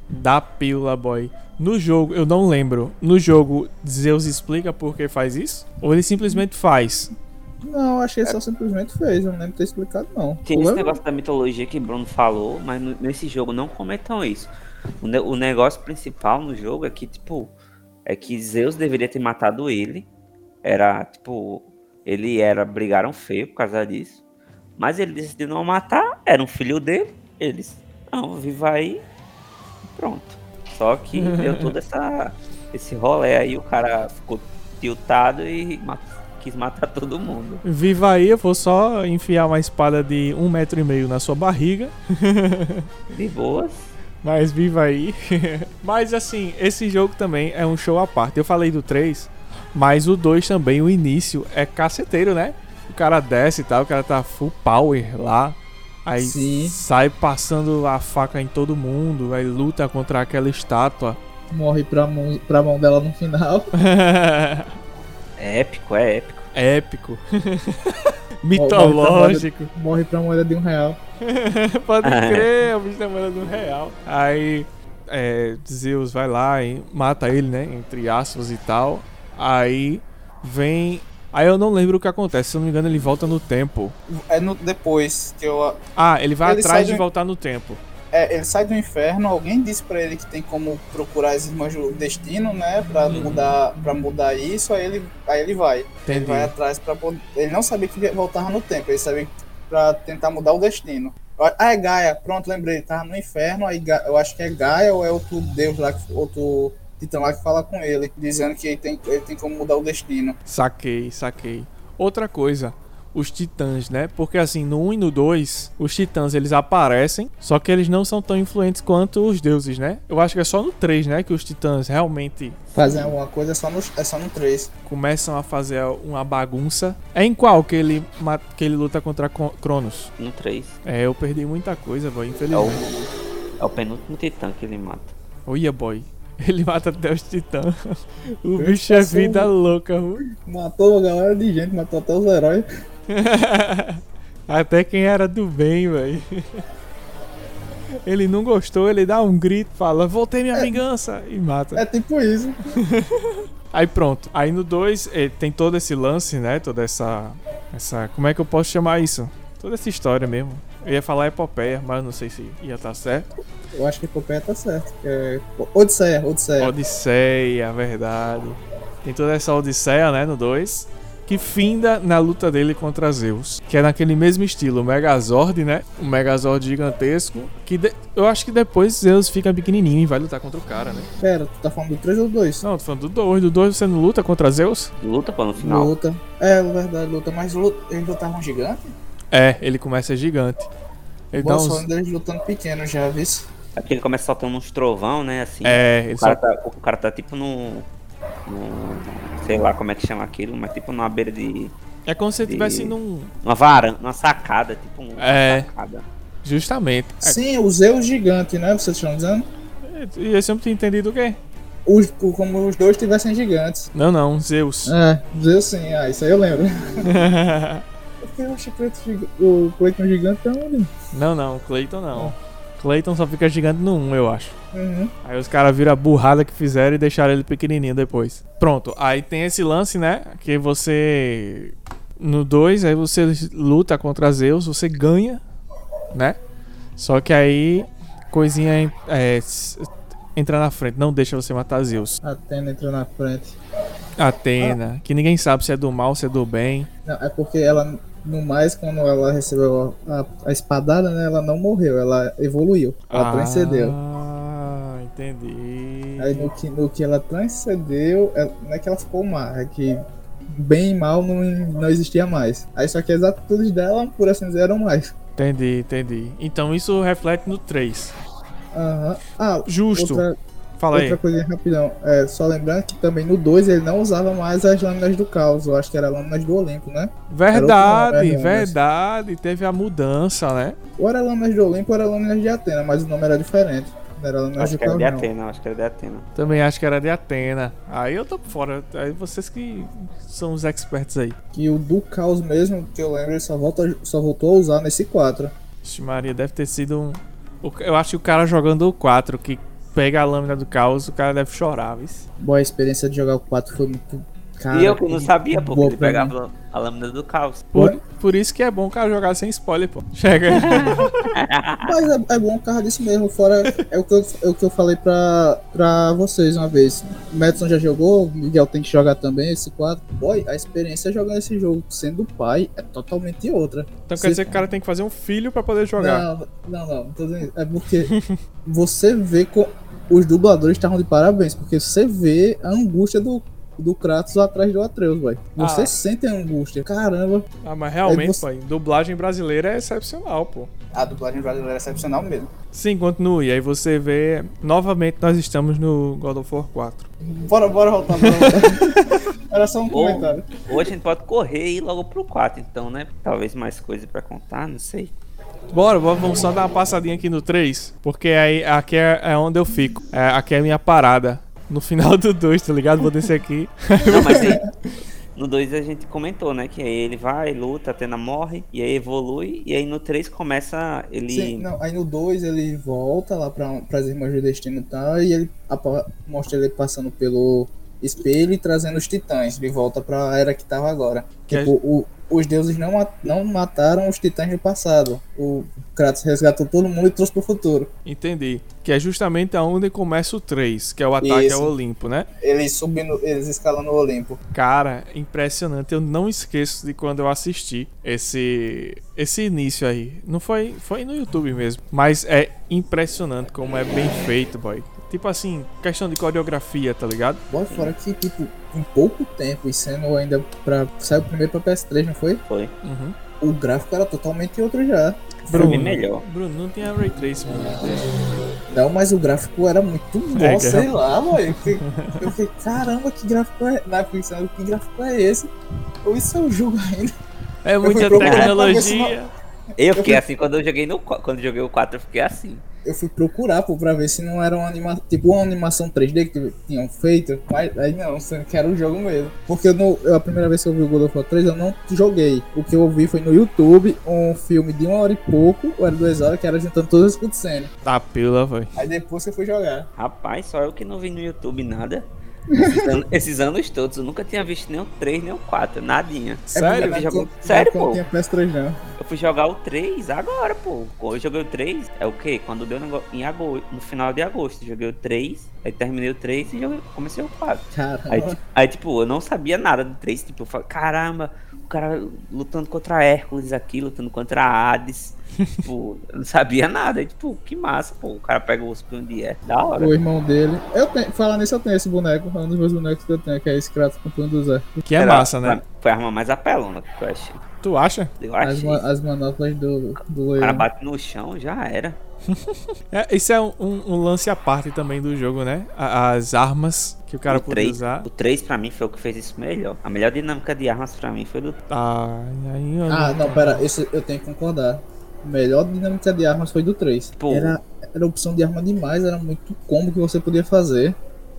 Speaker 2: da pílula, boy. No jogo, eu não lembro. No jogo, Zeus explica por que faz isso? Ou ele simplesmente faz?
Speaker 1: Não, acho que
Speaker 4: É.
Speaker 1: ele só simplesmente fez, eu não lembro de ter explicado, não.
Speaker 3: Tem esse
Speaker 1: Lembra?
Speaker 3: negócio da mitologia que Bruno falou, mas no- nesse jogo não comentam isso. O, ne- o negócio principal no jogo é que, tipo, é que Zeus deveria ter matado ele. Era, tipo, ele era, brigaram feio por causa disso. Mas ele decidiu não matar, era um filho dele. Eles, não, viva aí, pronto. Só que deu toda essa esse rolê aí, o cara ficou tiltado e ma- quis matar todo mundo.
Speaker 2: Viva aí, eu vou só enfiar uma espada de um metro e meio na sua barriga.
Speaker 3: De boas.
Speaker 2: Mas viva aí. mas assim, esse jogo também é um show à parte. Eu falei do 3, mas o 2 também, o início, é caceteiro, né? O cara desce e tal, o cara tá full power lá. Aí
Speaker 1: Sim.
Speaker 2: sai passando a faca em todo mundo, aí luta contra aquela estátua.
Speaker 1: Morre pra mão, pra mão dela no final.
Speaker 3: É épico, é épico.
Speaker 2: Épico. Então, Mitológico.
Speaker 1: Morre pra moeda de um real.
Speaker 2: Pode crer, o bicho tá morando no real. Aí é, Zeus vai lá e mata ele, né? Entre aspas e tal. Aí vem. Aí eu não lembro o que acontece, se eu não me engano, ele volta no tempo.
Speaker 4: É no, depois que eu.
Speaker 2: Ah, ele vai
Speaker 4: Ele sai
Speaker 2: atrás de
Speaker 4: do-
Speaker 2: voltar no tempo.
Speaker 4: É, ele sai do inferno, alguém disse pra ele que tem como procurar as irmãs do destino, né? Pra mudar para mudar isso, aí ele, aí ele vai. Ele
Speaker 2: Entendi.
Speaker 4: vai atrás pra poder. Ele não sabia que voltava no tempo, ele sabia que pra tentar mudar o destino. Ah, é Gaia, pronto, lembrei, ele tava no inferno, aí Ga- eu acho que é Gaia ou é outro deus lá, que- outro titã lá que fala com ele, dizendo que ele tem, ele tem como mudar o destino.
Speaker 2: Saquei, saquei. Outra coisa, os titãs, né? Porque assim, no 1 e no 2, os titãs eles aparecem, só que eles não são tão influentes quanto os deuses, né? Eu acho que é só no 3, né? Que os titãs realmente
Speaker 4: Fazer alguma coisa é só no, é só no 3.
Speaker 2: começam a fazer uma bagunça. É em qual que ele, ma- que ele luta contra Co- Cronos?
Speaker 3: No 3.
Speaker 2: É, eu perdi muita coisa, boy,
Speaker 3: É o,
Speaker 2: infelizmente.
Speaker 3: é o penúltimo titã que ele mata.
Speaker 2: Olha, boy. Ele mata até os titãs. O bicho é
Speaker 1: passei-
Speaker 2: vida louca, viu?
Speaker 1: Matou a galera de gente, matou até os heróis.
Speaker 2: Até quem era do bem, velho. Ele não gostou, ele dá um grito, fala, voltei minha vingança! E mata.
Speaker 1: É tipo isso.
Speaker 2: Aí pronto. Aí no 2 tem todo esse lance, né? Toda essa. Essa. Como é que eu posso chamar isso? Toda essa história mesmo. Eu ia falar epopeia, mas não sei se ia estar certo.
Speaker 1: Eu acho que Epopeia tá certo. É... Odisseia, Odisseia.
Speaker 2: Odisseia, verdade. Tem toda essa Odisseia, né? No 2. Que finda na luta dele contra Zeus. Que é naquele mesmo estilo, o Megazord, né? Um Megazord gigantesco. Que de- eu acho que depois Zeus fica pequenininho e vai lutar contra o cara, né?
Speaker 1: Pera, tu tá falando do 3 ou 2?
Speaker 2: Não, tô falando do 2. Do 2 você não luta contra Zeus?
Speaker 3: Luta pra no final.
Speaker 1: Luta. É, verdade, luta.
Speaker 4: Luta, mas luta, eles lutavam gigante?
Speaker 2: É, ele começa gigante. Ele
Speaker 4: Bom,
Speaker 2: dá uns.
Speaker 4: só deles lutando pequeno já, viu?
Speaker 3: É porque ele começa soltando uns trovão, né? Assim.
Speaker 2: É, ele
Speaker 3: o,
Speaker 2: só
Speaker 3: cara tá, o cara tá tipo num. num- Sei lá como é que chama aquilo, mas tipo numa beira de.
Speaker 2: É como se você
Speaker 3: E-
Speaker 2: tivesse num.
Speaker 3: Uma varanda, uma sacada, tipo um- uma
Speaker 2: É.
Speaker 3: sacada.
Speaker 2: Justamente.
Speaker 1: Sim, o Zeus gigante, né? Vocês estão dizendo?
Speaker 2: É, E eu sempre tinha entendido o quê?
Speaker 1: Os, o- como os dois tivessem gigantes.
Speaker 2: Não, não, Zeus.
Speaker 1: É, Zeus sim, ah, isso aí eu lembro. Porque eu acho que o Cleiton giga- o Cleiton gigante é um.
Speaker 2: não, não, Cleiton não. Clayton só fica gigante no 1, eu acho.
Speaker 1: Uhum.
Speaker 2: Aí os caras viram a burrada que fizeram e deixaram ele pequenininho depois. Pronto, aí tem esse lance, né? Que você. No 2, aí você luta contra Zeus, você ganha, né? Só que aí. Coisinha é, s- entra na frente, não deixa você matar Zeus.
Speaker 1: Atena entrou na frente. Ah.
Speaker 2: Atena, que ninguém sabe se é do mal, se é do bem.
Speaker 1: Não, é porque ela, no mais, quando ela recebeu a, a- a espadada, né? Ela não morreu, ela evoluiu. Ela transcendeu.
Speaker 2: Ah, entendi.
Speaker 1: Aí no que, no que ela transcendeu, ela- não é que ela ficou má, é que bem e mal não, não existia mais. Aí só que as atitudes dela, por assim dizer, eram mais.
Speaker 2: Entendi, entendi. Então isso reflete no 3.
Speaker 1: Aham. Ah,
Speaker 2: Justo.
Speaker 1: outra,
Speaker 2: Fala aí.
Speaker 1: outra coisinha rapidão. É, só lembrando que também no 2 ele não usava mais as lâminas do caos, eu acho que era lâminas do Olimpo, né? Era
Speaker 2: Verdade,
Speaker 1: outro nome, né,
Speaker 2: verdade. Teve a mudança, né?
Speaker 1: Ou era lâminas do Olimpo ou era lâminas de Atena, mas o nome era diferente. Não era lâminas
Speaker 3: Acho
Speaker 1: do
Speaker 3: que era
Speaker 1: caos,
Speaker 3: de
Speaker 1: então não.
Speaker 3: Atena, acho que era de Atena.
Speaker 2: Também acho que era de Atena. Aí eu tô por fora. Aí vocês que são os experts aí.
Speaker 1: Que o do caos mesmo, que eu lembro, ele só, volta, só voltou a usar nesse 4.
Speaker 2: Ixi, Maria, deve ter sido um. o- Eu acho que o cara jogando o 4, que pega a lâmina do caos, o cara deve chorar, viu?
Speaker 1: Boa a experiência de jogar o 4 foi muito. Cara, é
Speaker 3: e eu que não sabia, porque
Speaker 1: boa
Speaker 3: ele
Speaker 1: pra mim.
Speaker 3: pegava a lâmina do caos.
Speaker 2: Por, por isso que é bom o cara jogar sem spoiler, pô. Chega. Então
Speaker 1: Mas é, é bom por causa disso mesmo. Fora é o que eu, é o que eu falei pra, pra vocês uma vez. O Madison já jogou, o Miguel tem que jogar também esse quadro. Boy, a experiência jogando esse jogo sendo pai é totalmente outra.
Speaker 2: Então
Speaker 1: Se-
Speaker 2: quer dizer que o cara tem que fazer um filho pra poder jogar.
Speaker 1: Não, não, não. não tô dizendo isso. É porque você vê co- os dubladores estavam de parabéns, porque você vê a angústia do. Do Kratos atrás do Atreus, velho. Você
Speaker 2: Ah.
Speaker 1: sente a angústia. Caramba.
Speaker 2: Ah, mas realmente,
Speaker 1: você-
Speaker 2: pai, dublagem brasileira é excepcional, pô.
Speaker 4: A dublagem brasileira é excepcional mesmo.
Speaker 2: Sim, continue. Aí você vê. Novamente nós estamos no God of War 4.
Speaker 4: Bora, bora voltar.
Speaker 1: Era só um
Speaker 3: Bom.
Speaker 1: comentário.
Speaker 3: Hoje a gente pode correr e ir logo pro 4, então, né? Talvez mais coisa pra contar, não sei.
Speaker 2: Bora, bora, vamos só dar uma passadinha aqui no 3. Porque aí aqui é, é onde eu fico. É, aqui é a minha parada. No final do 2, tá ligado? Vou descer aqui.
Speaker 3: Não, mas aí, no 2 a gente comentou, né? Que aí ele vai, luta, Atena morre, e aí evolui, e aí no 3 começa ele.
Speaker 1: Sim, não, aí no 2 ele volta lá pra, pras Irmãs do Destino e tal, e ele apa- mostra ele passando pelo espelho e trazendo os titãs de volta pra era que tava agora.
Speaker 2: Que
Speaker 1: tipo, o- os deuses não, ma- não mataram os titãs do passado. O Kratos resgatou todo mundo e trouxe pro futuro.
Speaker 2: Entendi. Que é justamente aonde começa o 3, que é o ataque
Speaker 4: Isso.
Speaker 2: ao Olimpo, né?
Speaker 4: Eles subindo, eles escalando o Olimpo.
Speaker 2: Cara, impressionante. Eu não esqueço de quando eu assisti esse esse início aí. Não foi foi no YouTube mesmo, mas é impressionante como é bem feito, boy. Tipo assim, questão de coreografia, tá ligado?
Speaker 1: Bora fora que, tipo, em pouco tempo, e sendo ainda pra. Saiu primeiro pra PS3, não foi?
Speaker 3: Foi.
Speaker 2: Uhum.
Speaker 1: O gráfico era totalmente outro já.
Speaker 3: Foi bem melhor.
Speaker 2: Bruno, não tinha Ray Tracing.
Speaker 1: Não, mas o gráfico era muito bom,
Speaker 2: É, cara.
Speaker 1: sei lá, mano. Eu fiquei, eu fiquei, caramba, que gráfico é. Na pensando, que gráfico é esse? Ou isso é um jogo ainda?
Speaker 2: É muita
Speaker 1: fui procurar pra ver se
Speaker 2: tecnologia.
Speaker 3: Eu fiquei assim quando eu joguei no qu- quando eu joguei o 4, eu fiquei assim.
Speaker 1: Eu fui procurar, pô, pra ver se não era uma anima... tipo uma animação 3D que tinham feito. Mas aí não, sendo que era um jogo mesmo. Porque eu não, eu- a primeira vez que eu vi o God of War 3, eu não joguei. O que eu vi foi no YouTube, um filme de uma hora e pouco, ou era duas horas, que era juntando todas as cutscenes.
Speaker 2: Tá pila, velho.
Speaker 1: Aí depois que eu fui jogar. É
Speaker 3: Rapaz, só eu que não vi no YouTube nada. Esses, an- esses anos todos, eu nunca tinha visto nem o 3, nem o 4, nadinha.
Speaker 2: Sério?
Speaker 3: porque-
Speaker 1: Não,
Speaker 3: Jogou-
Speaker 1: não,
Speaker 3: Sério,
Speaker 1: quando
Speaker 3: pô?
Speaker 1: tinha PS3 não.
Speaker 3: Eu fui jogar o 3 agora, pô. Eu joguei o 3, é o quê? Quando deu nego- em agosto, no final de agosto. Joguei o 3, aí terminei o 3 e joguei- comecei o 4. Aí,
Speaker 1: Caramba.
Speaker 3: ti- aí, tipo, eu não sabia nada do 3. Tipo, eu falei, caramba, o cara lutando contra Hércules aqui, lutando contra Hades. tipo, eu não sabia nada. Aí, tipo, que massa, pô. O cara pega o espinho de Hércules, da hora.
Speaker 1: O irmão dele. Eu tenho, falar nisso, eu tenho esse boneco. É um dos meus bonecos que eu tenho, que é esse Kratos com o punho do Zé.
Speaker 2: Que é
Speaker 3: Era-
Speaker 2: massa, né?
Speaker 3: Foi a arma mais apelona que eu achei.
Speaker 2: Tu acha?
Speaker 3: Eu
Speaker 1: As,
Speaker 3: achei.
Speaker 1: ma- as manoplas do, do
Speaker 3: O cara
Speaker 1: leão.
Speaker 3: bate no chão, já era.
Speaker 2: É, isso é um, um- um lance à parte também do jogo, né? A- As armas que o cara
Speaker 3: o
Speaker 2: pode
Speaker 3: 3,
Speaker 2: usar.
Speaker 3: O 3 pra mim foi o que fez isso melhor. A melhor dinâmica de armas pra mim foi do
Speaker 2: Ah, aí eu
Speaker 1: Ah, não, pera, esse eu tenho que concordar. A melhor dinâmica de armas foi do 3.
Speaker 3: Pô.
Speaker 1: Era, era opção de arma demais, era muito combo que você podia fazer.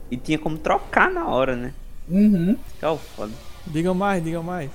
Speaker 3: E tinha como trocar na hora, né?
Speaker 1: Uhum.
Speaker 3: Que é o foda.
Speaker 2: Digam mais, digam mais.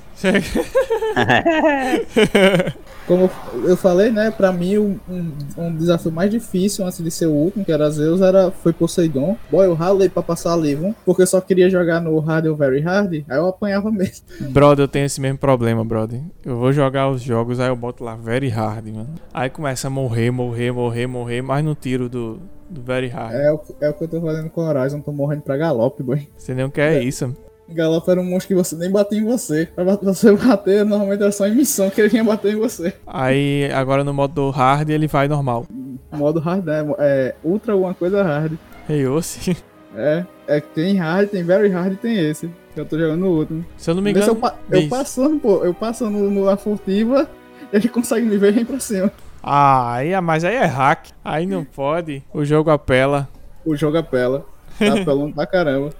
Speaker 1: Como eu falei, né? Pra mim, um, um- um desafio mais difícil antes de ser o último, que era Zeus, era, foi Poseidon. Boy, eu ralei pra passar livro, porque eu só queria jogar no Hard ou Very Hard, aí eu apanhava mesmo.
Speaker 2: Brother, eu tenho esse mesmo problema, brother. Eu vou jogar os jogos, aí eu boto lá very hard, mano. Aí começa a morrer, morrer, morrer, morrer, mas no tiro do, do very hard.
Speaker 1: É, o- é o que eu tô fazendo com Horizon, tô morrendo pra galope, boy.
Speaker 2: Você não
Speaker 1: É.
Speaker 2: quer é isso, mano.
Speaker 1: Galope era um monstro que você nem batia em você. Pra bat- você bater, normalmente era só em missão que ele vinha bater em você.
Speaker 2: Aí agora no modo hard ele vai normal.
Speaker 1: Modo hard, né? É ultra alguma coisa hard.
Speaker 2: Ei, ô, sim.
Speaker 1: É, é que tem hard, tem very hard e tem esse. que Eu tô jogando o último.
Speaker 2: Se eu não me
Speaker 1: Nesse eu,
Speaker 2: engano.
Speaker 1: pa- eu
Speaker 2: diz.
Speaker 1: passando, pô, eu passando no- na furtiva, ele consegue me ver e vem pra cima.
Speaker 2: Ah, aí, mas aí é hack. Aí não pode. O jogo apela.
Speaker 1: O jogo apela. Tá apelando pra caramba.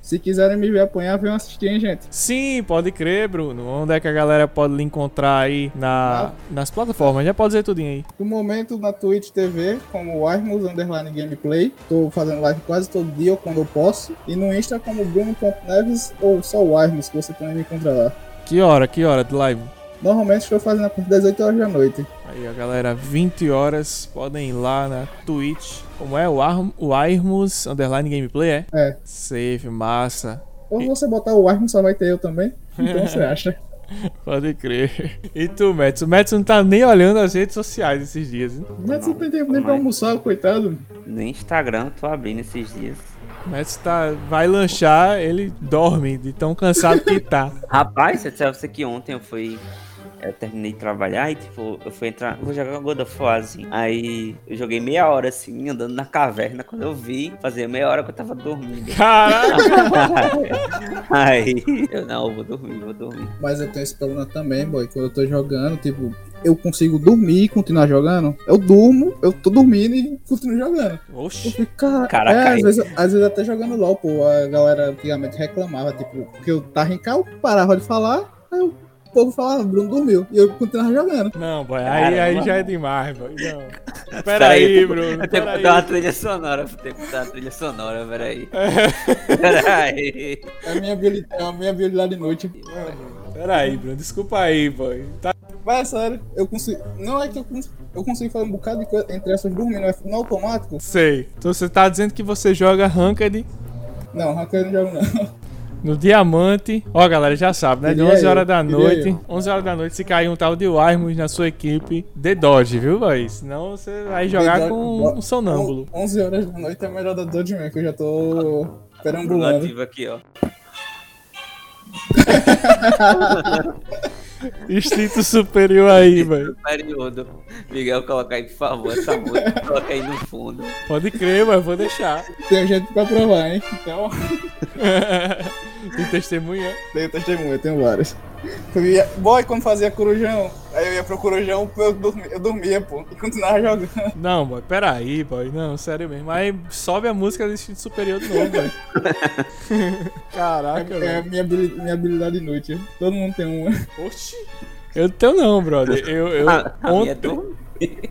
Speaker 1: Se quiserem me ver apanhar, venham assistir, hein, gente.
Speaker 2: Sim, pode crer, Bruno. Onde é que a galera pode lhe encontrar aí na, nas plataformas? Já pode dizer tudinho aí.
Speaker 1: No momento na Twitch TV, como Armus Underline Gameplay. Tô fazendo live quase todo dia ou quando eu posso. E no Insta como Bruno.neves ou só o Armus, que você também me encontra lá.
Speaker 2: Que hora, que hora de live?
Speaker 1: Normalmente estou fazendo a partir das 8 horas da noite.
Speaker 2: Aí, ó, galera, 20 horas, podem ir lá na Twitch. Como é? O, Arm, o Armus Underline Gameplay, é?
Speaker 1: É.
Speaker 2: Safe, massa.
Speaker 1: Ou você botar o Armus, só vai ter eu também. Então você acha.
Speaker 2: Pode crer. E tu, Metsu? O Metsu não tá nem olhando as redes sociais esses dias. hein?
Speaker 1: Mas não tem tempo nem pra almoçar, coitado.
Speaker 3: Nem Instagram eu tô abrindo esses dias.
Speaker 2: O Metsu tá, vai lanchar, ele dorme de tão cansado que tá.
Speaker 3: Rapaz, se eu disser a você que ontem eu fui. Eu terminei de trabalhar e, tipo, eu fui entrar. Vou jogar God of War, assim. Aí eu joguei meia hora, assim, andando na caverna. Quando eu vi, fazia meia hora que eu tava dormindo.
Speaker 2: Caraca!
Speaker 3: Aí eu não, eu vou dormir, vou dormir.
Speaker 1: Mas eu tenho esse problema também, boy. Quando eu tô jogando, tipo, eu consigo dormir e continuar jogando. Eu durmo, eu tô dormindo e continuo jogando. Eu
Speaker 2: Oxi.
Speaker 1: fico, cara.
Speaker 3: Caraca,
Speaker 1: é, às
Speaker 3: aí.
Speaker 1: vezes, às vezes até jogando LOL, pô. A galera antigamente reclamava, tipo, que eu tava em casa, eu parava de falar, aí o povo falava, "Ah, Bruno dormiu. E eu continuava jogando.
Speaker 2: Não, boy, aí, aí
Speaker 3: Caramba.
Speaker 2: já é demais, boy. Não. Pera aí,
Speaker 3: Peraí, eu tenho-
Speaker 2: Bruno.
Speaker 3: Eu tenho
Speaker 2: Pera
Speaker 3: que dar uma
Speaker 2: aí.
Speaker 3: trilha sonora, eu tenho que dar uma trilha sonora, peraí. Peraí.
Speaker 1: É a minha habilidade, é a minha habilidade de noite.
Speaker 2: Pera aí, Bruno. Desculpa aí, boy. Tá
Speaker 1: Mas é sério, eu consigo. Não é que eu consigo. Eu consigo fazer um bocado de coisa entre essas dormindo, mas no automático?
Speaker 2: Sei. Então você tá dizendo que você joga Ranked
Speaker 1: Não, Hacker eu não jogo não.
Speaker 2: no Diamante. Ó, galera, já sabe, né? De
Speaker 1: Diria
Speaker 2: 11
Speaker 1: eu,
Speaker 2: horas da
Speaker 1: diria
Speaker 2: noite.
Speaker 1: eu.
Speaker 2: 11 horas da noite, se cair um tal de Warmus na sua equipe, The Dodge, viu, boy? Senão você vai jogar
Speaker 1: Dodge-
Speaker 2: com um sonâmbulo.
Speaker 1: 11 horas da noite é melhor da Dodge mesmo, que eu já tô
Speaker 3: Ah, Bruno
Speaker 1: perambulando.
Speaker 3: ativo aqui, ó.
Speaker 2: Instinto superior aí, boy.
Speaker 3: Período. Miguel, coloca aí, por favor, essa música. Coloca aí no fundo.
Speaker 2: Pode crer, boy, vou deixar.
Speaker 1: Tem jeito pra provar, hein? Então,
Speaker 2: Tem testemunha.
Speaker 1: tenho testemunha, tenho várias. Eu ia- Boy, quando fazia corujão, aí eu ia pro corujão, eu dormia, eu dormia pô, e continuava jogando.
Speaker 2: Não, boy, pera aí, boy. Não, sério mesmo. Aí sobe a música do Instinto superior de novo, boy. Caraca,
Speaker 1: É a
Speaker 2: velho.
Speaker 1: minha, habili- minha habilidade inútil. Todo mundo tem uma.
Speaker 2: Oxi. Eu não tenho não, brother. Eu, eu,
Speaker 3: A minha é
Speaker 2: ontem-
Speaker 3: dormir.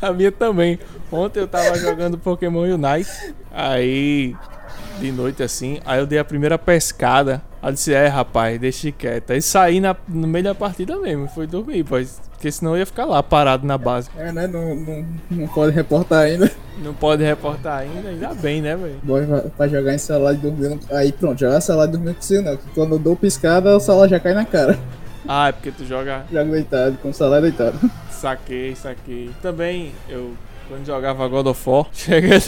Speaker 2: A minha também. Ontem eu tava jogando Pokémon Unite. Aí, de noite assim, aí eu dei a primeira pescada. Aí eu disse, é rapaz, deixa quieto. Aí saí na- no meio da partida mesmo, fui dormir, pois, porque senão eu ia ficar lá parado na base.
Speaker 1: É, né? Não, não, não pode reportar ainda.
Speaker 2: Não pode reportar ainda, ainda bem, né, velho?
Speaker 1: Boy, vai- pra jogar em celular e dormir. Aí pronto, jogar celular e dormir não consigo não. né, que Quando eu dou piscada, o celular já cai na cara.
Speaker 2: Ah, é porque tu joga
Speaker 1: Jogo deitado, com o celular deitado.
Speaker 2: saquei, saquei. Também eu, quando jogava God of War, cheguei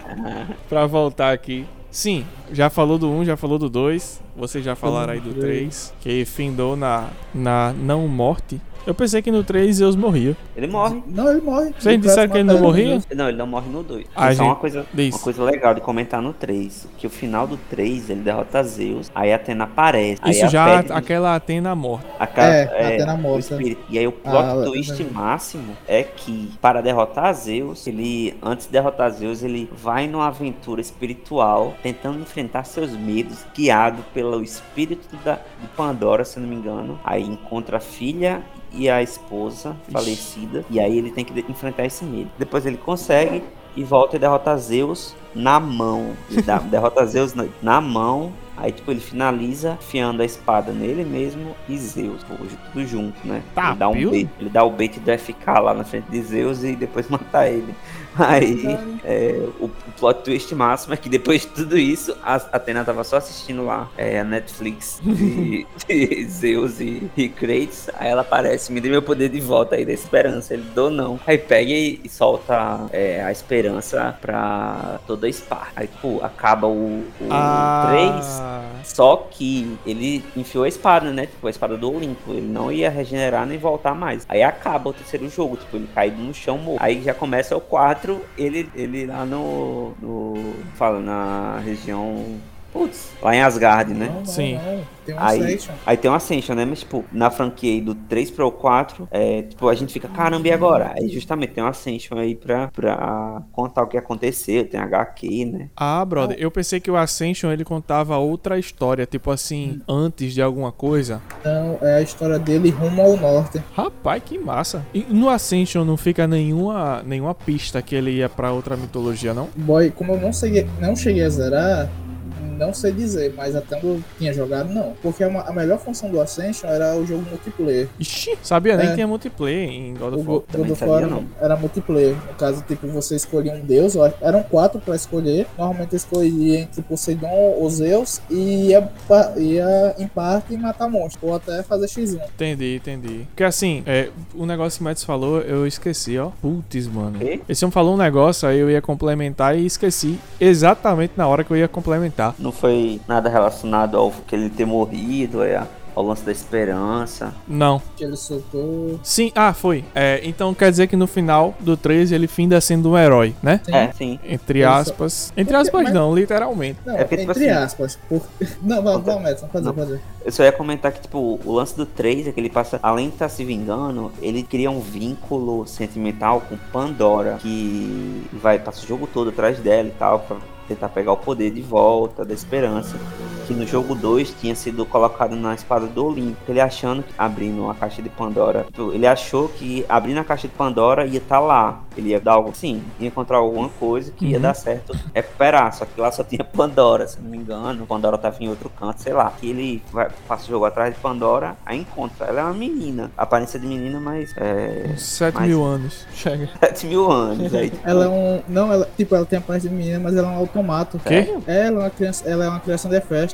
Speaker 2: a- pra voltar aqui. Sim, já falou do 1, já falou do 2. Vocês já falaram aí do 3, que findou na, na não morte. Eu pensei que no 3 Zeus morria.
Speaker 3: Ele morre.
Speaker 1: Não, ele morre.
Speaker 2: Vocês disseram que ele não morria?
Speaker 3: Não, ele não morre no 2.
Speaker 2: Ah,
Speaker 3: Isso é
Speaker 2: gente,
Speaker 3: uma coisa,
Speaker 2: diz.
Speaker 3: uma coisa legal de comentar no 3. Que o final do 3, ele derrota Zeus. Aí Atena aparece. aí
Speaker 2: Isso
Speaker 3: a
Speaker 2: já
Speaker 3: pele-
Speaker 2: aquela Atena à morte.
Speaker 3: Aquela-
Speaker 1: É, Atena morta.
Speaker 3: o espírito. E aí o plot
Speaker 1: Ah,
Speaker 3: twist
Speaker 1: é.
Speaker 3: máximo é que, para derrotar Zeus, ele, antes de derrotar Zeus, ele vai numa aventura espiritual, tentando enfrentar seus medos, guiado pelo espírito da, de Pandora, se não me engano. Aí encontra a filha e a esposa falecida, e aí ele tem que de- enfrentar esse medo. Depois ele consegue e volta e derrota Zeus. na mão. Ele dá- derrota Zeus na, na mão. Aí, tipo, ele finaliza fiando a espada nele mesmo e Zeus, pô, hoje tudo junto, né?
Speaker 2: Tá,
Speaker 3: ele dá um
Speaker 2: viu?
Speaker 3: bait, ele dá o bait do FK lá na frente de Zeus e depois mata ele. Aí, é, o, o plot twist máximo é que depois de tudo isso, a Atena tava só assistindo lá é, a Netflix de, de Zeus e, e Kratos. Aí ela aparece, me dê meu poder de volta aí da esperança. Ele dou não. Aí pega e, e solta é, a esperança pra toda a Sparta. Aí, tipo, acaba o 3.
Speaker 2: Ah.
Speaker 3: Só que ele enfiou a espada, né? Tipo, a espada do Olimpo. Ele não ia regenerar nem voltar mais. Aí acaba o terceiro jogo, tipo, ele caído no chão morto. Aí já começa o 4, ele, ele lá no, no. Fala, na região. Putz, lá em Asgard, né?
Speaker 2: Sim.
Speaker 1: Tem um
Speaker 3: Aí-
Speaker 1: Ascension.
Speaker 3: Aí tem o Ascension, né? Mas, tipo, na franquia aí do 3 pro 4, é, tipo, a gente fica, caramba, e agora? Aí justamente tem o Ascension aí pra, pra contar o que aconteceu, tem HQ, né?
Speaker 2: Ah, brother, eu pensei que o Ascension ele contava outra história, tipo assim, antes de alguma coisa.
Speaker 1: Então é a história dele rumo ao norte.
Speaker 2: Rapaz, que massa. E no Ascension não fica nenhuma, nenhuma pista que ele ia pra outra mitologia, não?
Speaker 1: Boy, como eu não cheguei, não cheguei a zerar, não sei dizer, mas até onde eu tinha jogado, não. Porque a, ma- a melhor função do Ascension era o jogo multiplayer.
Speaker 2: Ixi, sabia nem
Speaker 1: É.
Speaker 2: que tinha multiplayer em God
Speaker 1: O
Speaker 2: of
Speaker 1: Go-
Speaker 2: War.
Speaker 1: God
Speaker 3: também
Speaker 1: of
Speaker 3: sabia,
Speaker 1: War
Speaker 3: não.
Speaker 1: era multiplayer. No caso, tipo, você escolhia um deus, eu acho- eram quatro pra escolher. Normalmente eu escolhia entre Poseidon ou Zeus e ia, pa- ia em parte matar monstros, ou até fazer X1.
Speaker 2: Entendi, entendi. Porque assim, é, o negócio que o Mads falou, eu esqueci, ó. Putz, mano.
Speaker 3: Quê?
Speaker 2: Esse homem falou um negócio, aí eu ia complementar e esqueci exatamente na hora que eu ia complementar.
Speaker 3: Não foi nada relacionado ao que ele ter morrido, é, ao lance da esperança.
Speaker 2: Não.
Speaker 1: Que ele soltou.
Speaker 2: Sim, ah, foi. É, então quer dizer que no final do 13 ele finda sendo um herói, né?
Speaker 1: Sim.
Speaker 3: É, sim.
Speaker 2: Entre
Speaker 1: Ele só-
Speaker 2: aspas. Entre
Speaker 1: Porque-
Speaker 2: aspas,
Speaker 1: mas-
Speaker 2: não, literalmente.
Speaker 1: Não,
Speaker 3: É porque, tipo
Speaker 1: entre
Speaker 3: assim-
Speaker 1: aspas. Porque... Não, vai, vai, Madison, pode
Speaker 3: Não.
Speaker 1: fazer, fazer.
Speaker 3: Eu só ia comentar que, tipo, o lance do 3 é que ele passa, além de estar se vingando, ele cria um vínculo sentimental com Pandora, que vai, passa o jogo todo atrás dela e tal, pra tentar pegar o poder de volta, da esperança. Que no jogo 2 tinha sido colocado na espada do Olimpo. Ele achando que abrindo a caixa de Pandora. tipo, Ele achou que abrindo a caixa de Pandora ia estar lá. Ele ia dar algo. Sim, ia encontrar alguma coisa que ia
Speaker 2: Uhum.
Speaker 3: dar certo recuperar. Só que lá só tinha Pandora, se não me engano. Pandora tava em outro canto, sei lá. Que ele vai, passa o jogo atrás de Pandora, aí encontra. Ela é uma menina. Aparência de menina, mas é.
Speaker 2: Uns 7
Speaker 3: mas-
Speaker 2: mil anos. Chega.
Speaker 3: 7 mil anos. Aí, tipo,
Speaker 1: Ela é um. Não, ela. Tipo, ela tem a parte de menina, mas ela é um automato.
Speaker 2: Quê?
Speaker 1: Ela é uma criança, ela é uma criação de festa.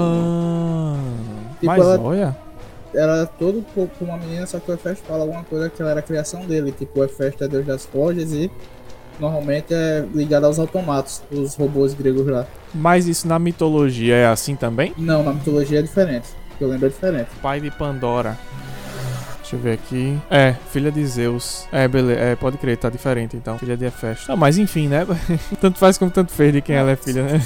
Speaker 2: Ah.
Speaker 1: Tipo,
Speaker 2: mas
Speaker 1: ela-
Speaker 2: olha.
Speaker 1: Ela era todo co- com uma menina, só que o Hefesto fala alguma coisa que ela era a criação dele. Tipo, o Hefesto é deus das forjas e normalmente é ligado aos automatos, os robôs gregos lá.
Speaker 2: Mas isso na mitologia é assim também?
Speaker 1: Não, na mitologia é diferente. Eu lembro é diferente.
Speaker 2: Pai de Pandora. Deixa eu ver aqui. É, filha de Zeus. É, beleza. É, pode crer, tá diferente então. Filha de Hefesto. Ah, mas enfim, né? tanto faz como tanto fez de quem ela é filha, né?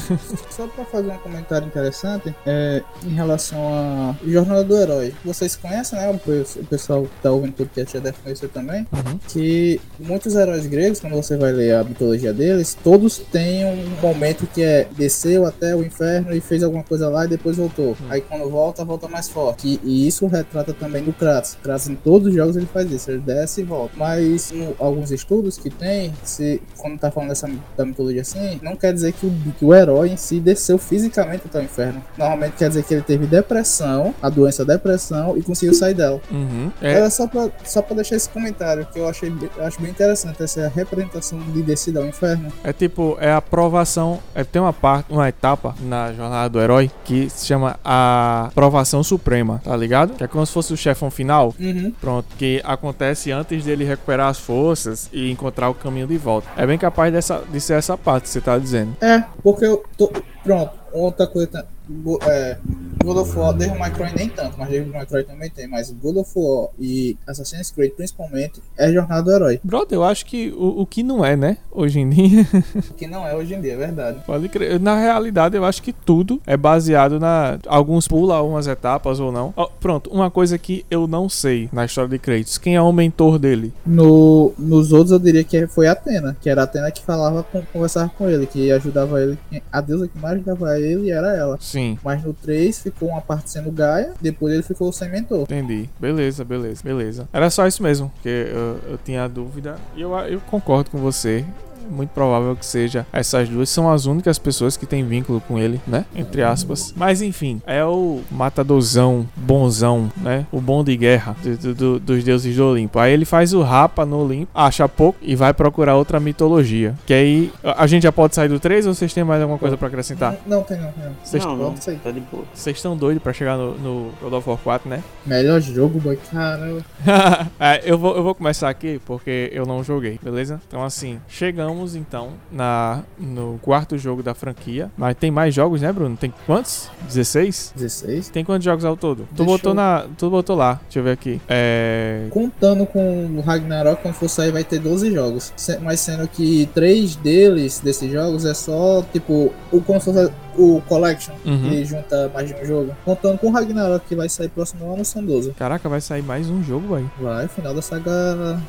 Speaker 1: Só pra fazer um comentário interessante, é, em relação à Jornada do Herói. Vocês conhecem, né? O pe- o pessoal que tá ouvindo o podcast já deve conhecer também.
Speaker 2: Uhum.
Speaker 1: que muitos heróis gregos, quando você vai ler a mitologia deles, todos têm um momento que é desceu até o inferno e fez alguma coisa lá e depois voltou. Aí quando volta, volta mais forte. E, e isso retrata também do Kratos. Kratos em todos os jogos ele faz isso, ele desce e volta. Mas no- alguns estudos que tem, se quando tá falando dessa, mi- da mitologia assim, não quer dizer que o, que o herói em si desceu fisicamente até o inferno. Normalmente quer dizer que ele teve depressão, a doença depressão, e conseguiu sair dela.
Speaker 2: Uhum. É,
Speaker 1: Era só pra, só pra deixar esse comentário, que eu achei be- eu acho bem interessante essa representação de descida ao inferno.
Speaker 2: É tipo, é a aprovação. É, tem uma parte, uma etapa na jornada do herói que se chama a aprovação suprema, tá ligado? Que é como se fosse o chefão final.
Speaker 1: Uhum.
Speaker 2: Pronto, que acontece antes dele recuperar as forças e encontrar o caminho de volta. É bem capaz dessa, de ser essa parte que você tá dizendo.
Speaker 1: É, porque eu tô. Pronto, outra coisa. tá- Go- É, God of War, Devil May Cry nem tanto, mas Devil May Cry também tem, mas God of War e Assassin's Creed principalmente é jornada do herói.
Speaker 2: Brother, eu acho que o, o que não é, né? Hoje em dia.
Speaker 1: Que não é hoje em dia, é verdade.
Speaker 2: Pode crer. Na realidade, eu acho que tudo é baseado na. Alguns pula umas etapas ou não. Ó, pronto, uma coisa que eu não sei na história de Kratos: quem é o mentor dele?
Speaker 1: No, nos outros eu diria que foi Atena, que era Atena que falava, com, conversava com ele, que ajudava ele, a deusa que mais ajudava ele era ela.
Speaker 2: Sim.
Speaker 1: Mas no 3 ficou uma parte sendo Gaia, depois ele ficou sem mentor.
Speaker 2: Entendi. Beleza, beleza, beleza. Era só isso mesmo, porque eu, eu tinha dúvida. E eu, eu concordo com você. muito provável que seja essas duas. São as únicas pessoas que têm vínculo com ele, né? Entre aspas. Mas enfim, é o matadorzão, bonzão, né? O bom de guerra do- do- do- dos deuses do Olimpo. Aí ele faz o rapa no Olimpo, acha pouco e vai procurar outra mitologia. Que aí a a gente já pode sair do 3 ou vocês têm mais alguma coisa pra acrescentar?
Speaker 1: Não, tem não, tem não.
Speaker 2: Vocês
Speaker 3: não, não,
Speaker 1: Pronto, sei.
Speaker 3: tá de boa.
Speaker 2: vocês estão doidos pra chegar no, no God of War 4, né?
Speaker 1: Melhor jogo, boy. Caramba.
Speaker 2: É, eu, vou, eu vou começar aqui porque eu não joguei, beleza? Então, assim, chegamos então na, no quarto jogo da franquia. Mas tem mais jogos, né, Bruno? Tem quantos? 16?
Speaker 1: 16.
Speaker 2: Tem quantos jogos ao todo? Tu
Speaker 1: Deixa
Speaker 2: botou,
Speaker 1: eu-
Speaker 2: na, tu botou lá, deixa eu ver aqui. É.
Speaker 1: Contando com o Ragnarok, quando for sair, vai ter 12 jogos. Se- Mas sendo que 3 deles, desses jogos, é só, tipo, o, como se fosse o Collection,
Speaker 2: Uhum.
Speaker 1: que junta mais de um jogo. Contando com o Ragnarok, que vai sair próximo ano, são 12.
Speaker 2: Caraca, vai sair mais um jogo aí.
Speaker 1: Vai, final da saga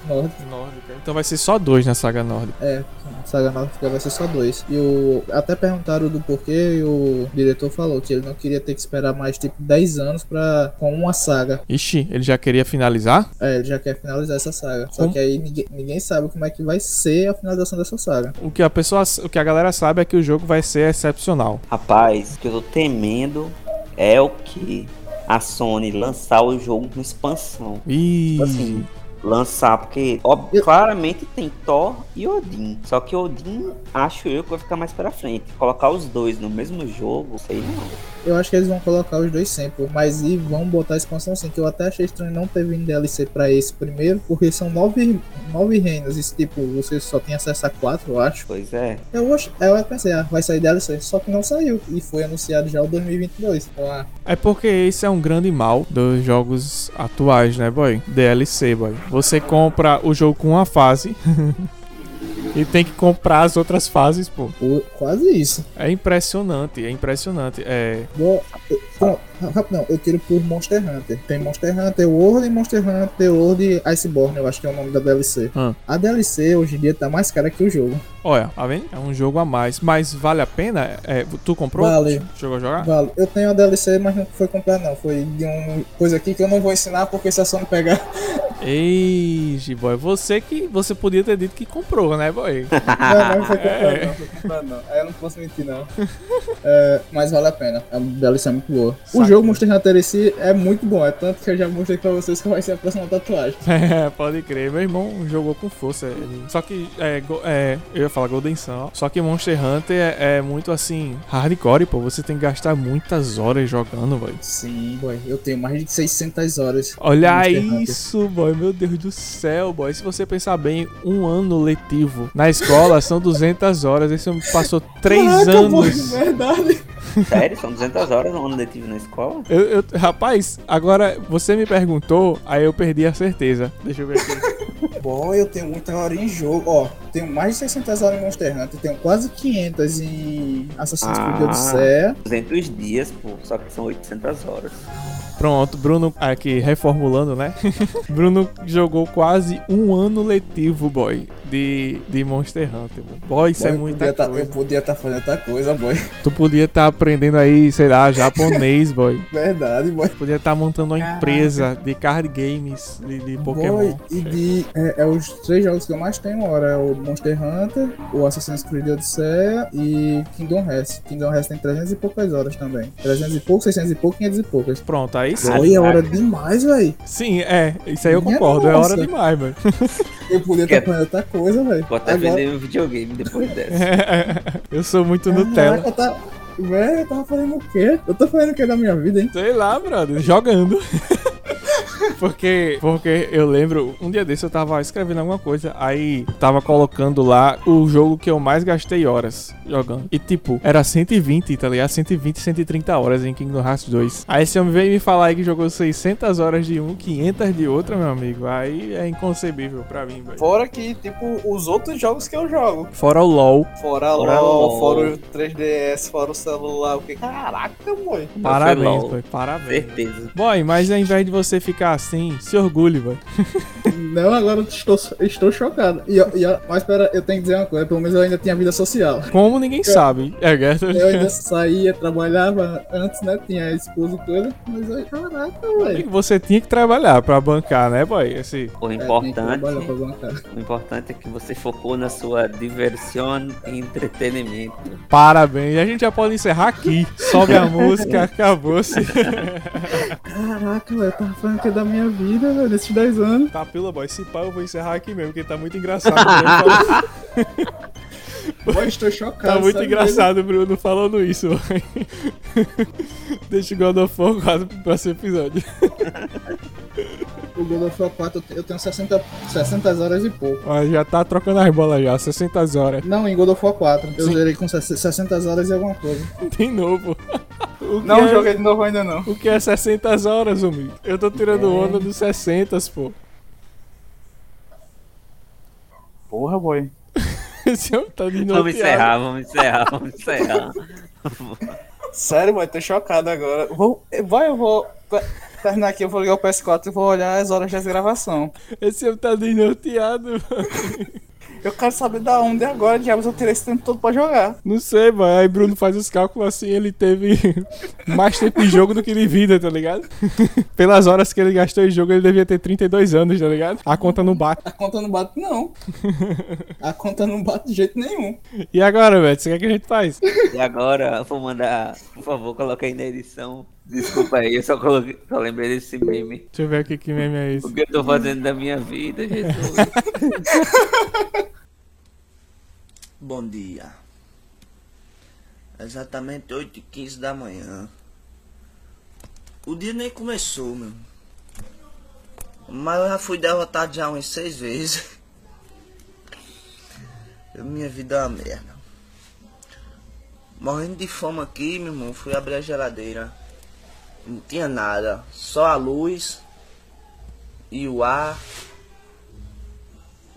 Speaker 1: nórdica.
Speaker 2: Nórdica. Então vai ser só dois na saga nórdica.
Speaker 1: É, saga nórdica vai ser só dois. E o... Até perguntaram do porquê e o diretor falou que ele não queria ter que esperar mais, tipo, 10 anos pra... com uma saga.
Speaker 2: Ixi, ele já queria finalizar?
Speaker 1: É, ele já quer finalizar essa saga. Só
Speaker 2: Como?
Speaker 1: que aí ninguém, ninguém sabe como é que vai ser a finalização dessa saga.
Speaker 2: O que a pessoa. O que a galera sabe é que o jogo vai ser excepcional.
Speaker 3: Rapaz, o que eu tô temendo é o que a Sony lançar o jogo com expansão.
Speaker 2: Ih.
Speaker 3: Assim, lançar, porque ó,
Speaker 1: Eu-
Speaker 3: claramente tem Thor e Odin. Só que Odin, acho eu que vai ficar mais pra frente. Colocar os dois no mesmo jogo, sei não.
Speaker 1: Eu acho que eles vão colocar os dois sempre, mas e vão botar a expansão assim, que eu até achei estranho não ter vindo DLC pra esse primeiro, porque são nove, nove reinos, e tipo, você só tem acesso a quatro, eu acho.
Speaker 3: Pois é.
Speaker 1: Eu, ach- eu pensei, ah, vai sair DLC, só que não saiu, e foi anunciado já o 2022. Então, ah,
Speaker 2: É porque esse é um grande mal dos jogos atuais, né, boy? DLC, boy. Você compra o jogo com uma fase e tem que comprar as outras fases, pô.
Speaker 1: pô, quase isso.
Speaker 2: É impressionante, é impressionante. É,
Speaker 1: Boa. eu- Bom, rapidão, eu tiro por Monster Hunter. Tem Monster Hunter World e Monster Hunter World Iceborne, eu acho que é o nome da DLC.
Speaker 2: Hum.
Speaker 1: A DLC hoje em dia tá mais cara que o jogo.
Speaker 2: olha, tá vendo? É um jogo a mais, mas vale a pena? É, tu comprou?
Speaker 1: Vale.
Speaker 2: Chegou a jogar?
Speaker 1: Vale. Eu tenho a DLC, mas não foi comprar não. Foi de uma coisa aqui que eu não vou ensinar porque se a Sony pegar.
Speaker 2: Ei, boy, você que você podia ter dito que comprou, né, boy?
Speaker 1: Não, não foi comprar não, foi comprar não. Aí eu não posso mentir não. É, mas vale a pena. A DLC é muito boa. O
Speaker 2: Saca.
Speaker 1: jogo Monster Hunter em si é muito bom. É tanto que eu já mostrei pra vocês que vai ser a próxima tatuagem.
Speaker 2: É, pode crer. Meu irmão jogou com força. ele- Só que, é, go- é, eu ia falar Golden Sun, ó. Só que Monster Hunter é, é muito assim, hardcore, pô. Você tem que gastar muitas horas jogando, velho.
Speaker 1: Sim, boy. Eu tenho mais de 600 horas.
Speaker 2: Olha
Speaker 1: de Monster Hunter.
Speaker 2: isso, boy. Meu Deus do céu, boy. Se você pensar bem, um ano letivo na escola são 200 horas. Esse homem passou 3
Speaker 1: Caraca, boy,
Speaker 2: anos.
Speaker 1: verdade.
Speaker 3: Sério, são 200 horas no ano letivo na escola?
Speaker 2: Eu, eu- rapaz, agora você me perguntou, aí eu perdi a certeza. Deixa eu ver aqui.
Speaker 1: Bom, eu tenho muita hora em jogo. Ó, tenho mais de 600 horas em Monster Hunter, tenho quase 500 em Assassin's Creed
Speaker 3: Ah.
Speaker 1: Odisseia.
Speaker 3: 200 dias, pô. Só que são 800 horas.
Speaker 2: Pronto, Bruno aqui reformulando, né? Bruno jogou quase um ano letivo, boy, de, de Monster Hunter. Boy, boy isso
Speaker 1: Bom,
Speaker 2: é
Speaker 1: eu
Speaker 2: muita
Speaker 1: podia tá-
Speaker 2: coisa.
Speaker 1: eu podia estar fazendo outra coisa, boy.
Speaker 2: Tu podia estar aprendendo aí, sei lá, japonês, boy.
Speaker 1: Verdade, boy.
Speaker 2: Podia estar montando uma
Speaker 1: Caraca.
Speaker 2: empresa de card games de, de Pokémon.
Speaker 1: Boy, e de. É, é os três jogos que eu mais tenho hora: é o Monster Hunter, o Assassin's Creed Odisseia e Kingdom Hearts. Kingdom Hearts tem 300 e poucas horas também. 300 e pouco, 600 e pouco, 500 e poucas.
Speaker 2: Pronto, aí sim.
Speaker 1: Boy, é hora demais, véi.
Speaker 2: Sim, é. Isso aí eu
Speaker 1: Minha
Speaker 2: concordo. É hora
Speaker 1: nossa.
Speaker 2: demais, velho.
Speaker 1: Eu podia estar
Speaker 3: Quero-
Speaker 1: fazendo outra coisa, véi.
Speaker 3: Vou até
Speaker 1: Agora-
Speaker 3: vender meu videogame depois dessa.
Speaker 2: Eu sou muito
Speaker 1: Caraca,
Speaker 2: Nutella.
Speaker 1: Eu tava... Véi, eu tava fazendo o quê? Eu tô fazendo o quê da minha vida, hein?
Speaker 2: Sei lá, brother, jogando. Porque, porque eu lembro, um dia desse eu tava escrevendo alguma coisa, aí tava colocando lá o jogo que eu mais gastei horas jogando. E tipo, era 120, tá ligado? 120, 130 horas em Kingdom Hearts 2. Aí você veio me falar aí que jogou 600 horas de um, 500 de outra, meu amigo. Aí é inconcebível pra mim, velho.
Speaker 4: Fora que, tipo, os outros jogos que eu jogo.
Speaker 2: Fora o LoL,
Speaker 4: Fora
Speaker 3: Fora
Speaker 4: LOL,
Speaker 3: LOL.
Speaker 4: fora o 3DS, fora o celular. o que- Caraca, mãe.
Speaker 3: Não foi
Speaker 2: é parabéns,
Speaker 3: LOL.
Speaker 2: boy, parabéns.
Speaker 3: Certeza.
Speaker 2: Boy, mas ao invés de você ficar assim. Se orgulhe, velho.
Speaker 1: Não, agora eu estou, estou chocado. E, eu- e eu- mas pera, eu tenho que dizer uma coisa, pelo menos eu ainda tinha vida social.
Speaker 2: Como ninguém sabe. É, Gertrude.
Speaker 1: Eu ainda saía, trabalhava antes, né? Tinha a esposa e tudo, mas aí, caraca, velho.
Speaker 2: Você tinha que trabalhar pra bancar, né, boy? Esse...
Speaker 3: O
Speaker 1: É,
Speaker 3: importante,
Speaker 1: tem que trabalhar pra bancar.
Speaker 3: o importante é que você focou na sua diversão e entretenimento.
Speaker 2: Parabéns. E a gente já pode encerrar aqui. Sobe a música, acabou-se.
Speaker 1: Caraca, velho, eu tava falando que é da minha vida, velho, nesses 10 anos.
Speaker 2: Tá, pila, boy. Se pá, eu vou encerrar aqui mesmo, porque tá muito engraçado. Bruno falando-
Speaker 1: Pô, estou chocado.
Speaker 2: Tá muito
Speaker 1: sabe
Speaker 2: engraçado o Bruno falando isso, boy. Deixa o God of War quase pro próximo episódio.
Speaker 1: mesmo? O God of War 4, eu te- eu tenho 60, 60 horas e pouco.
Speaker 2: Ó, já tá trocando as bolas já, 60 horas.
Speaker 1: Não, em God of War 4. Eu
Speaker 2: Sim.
Speaker 1: zerei com 60 horas e alguma coisa.
Speaker 2: De novo. O que
Speaker 4: Não
Speaker 2: é-
Speaker 4: joguei de novo ainda não.
Speaker 2: O que é 60 horas, amigo? Eu tô tirando onda dos 60, pô.
Speaker 4: Porra, boy.
Speaker 2: Esse homem tá de novo.
Speaker 3: Vamos encerrar, vamos encerrar, vamos encerrar.
Speaker 4: Sério, boy, tô chocado agora. Vou, vai, eu vou pe- terminar aqui, eu vou ligar o PS4 e vou olhar as horas de gravação.
Speaker 2: Esse homem tá desnorteado, mano.
Speaker 4: Eu quero saber da onde é agora, diabos, eu tirei esse tempo todo pra jogar.
Speaker 2: Não sei, mano. Aí Bruno faz os cálculos assim, ele teve mais tempo de jogo do que de vida, tá ligado? Pelas horas que ele gastou em jogo, ele devia ter 32 anos, tá ligado? A conta não bate.
Speaker 4: A conta não bate, não. A conta não bate de jeito nenhum.
Speaker 2: E agora, velho? Você quer que a gente faz?
Speaker 3: E agora, eu vou mandar, por favor, coloque aí na edição. Desculpa aí, eu só, coloquei, só lembrei desse meme.
Speaker 2: Deixa eu ver aqui que meme é esse.
Speaker 3: O que eu tô fazendo da minha vida, Jesus?
Speaker 6: Bom dia. Exatamente 8h15 da manhã. O dia nem começou, meu. Mas eu já fui derrotado já umas seis vezes. Minha vida é uma merda. Morrendo de fome aqui, meu irmão, fui abrir a geladeira. Não tinha nada. Só a luz e o ar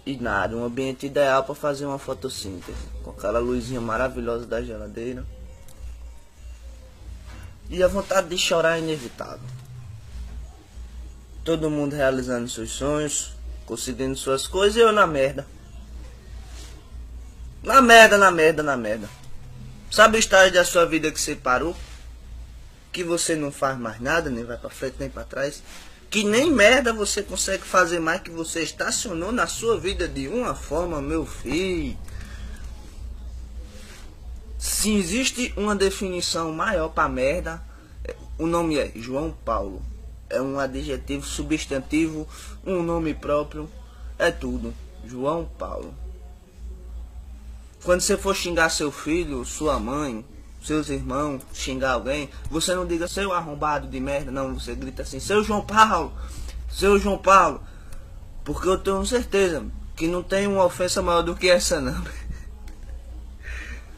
Speaker 6: e nada, um ambiente ideal para fazer uma fotossíntese, com aquela luzinha maravilhosa da geladeira. E a vontade de chorar é inevitável. Todo mundo realizando seus sonhos, conseguindo suas coisas e eu na merda. Na merda, na merda, na merda. Sabe o estágio da sua vida que você parou? Que você não faz mais nada, nem vai pra frente nem pra trás. Que nem merda você consegue fazer mais que você estacionou na sua vida de uma forma, meu filho. Se existe uma definição maior pra merda, é- o nome é João Paulo. É um adjetivo substantivo, um nome próprio, é tudo. João Paulo. Quando você for xingar seu filho, sua mãe, seus irmãos, xingar alguém, você não diga seu arrombado de merda, não. Você grita assim, seu João Paulo, seu João Paulo. Porque eu tenho certeza que não tem uma ofensa maior do que essa, não.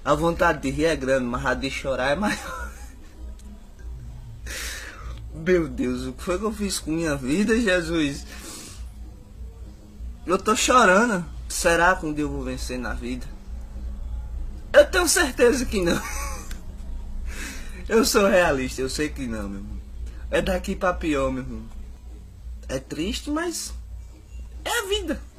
Speaker 6: A vontade de rir é grande, mas a de chorar é maior. Meu Deus, o que foi que eu fiz com minha vida, Jesus? Eu tô chorando. Será que um dia eu vou vencer na vida? Eu tenho certeza que não. Eu sou realista, eu sei que não, meu irmão. É daqui pra pior, meu irmão. É triste, mas é a vida.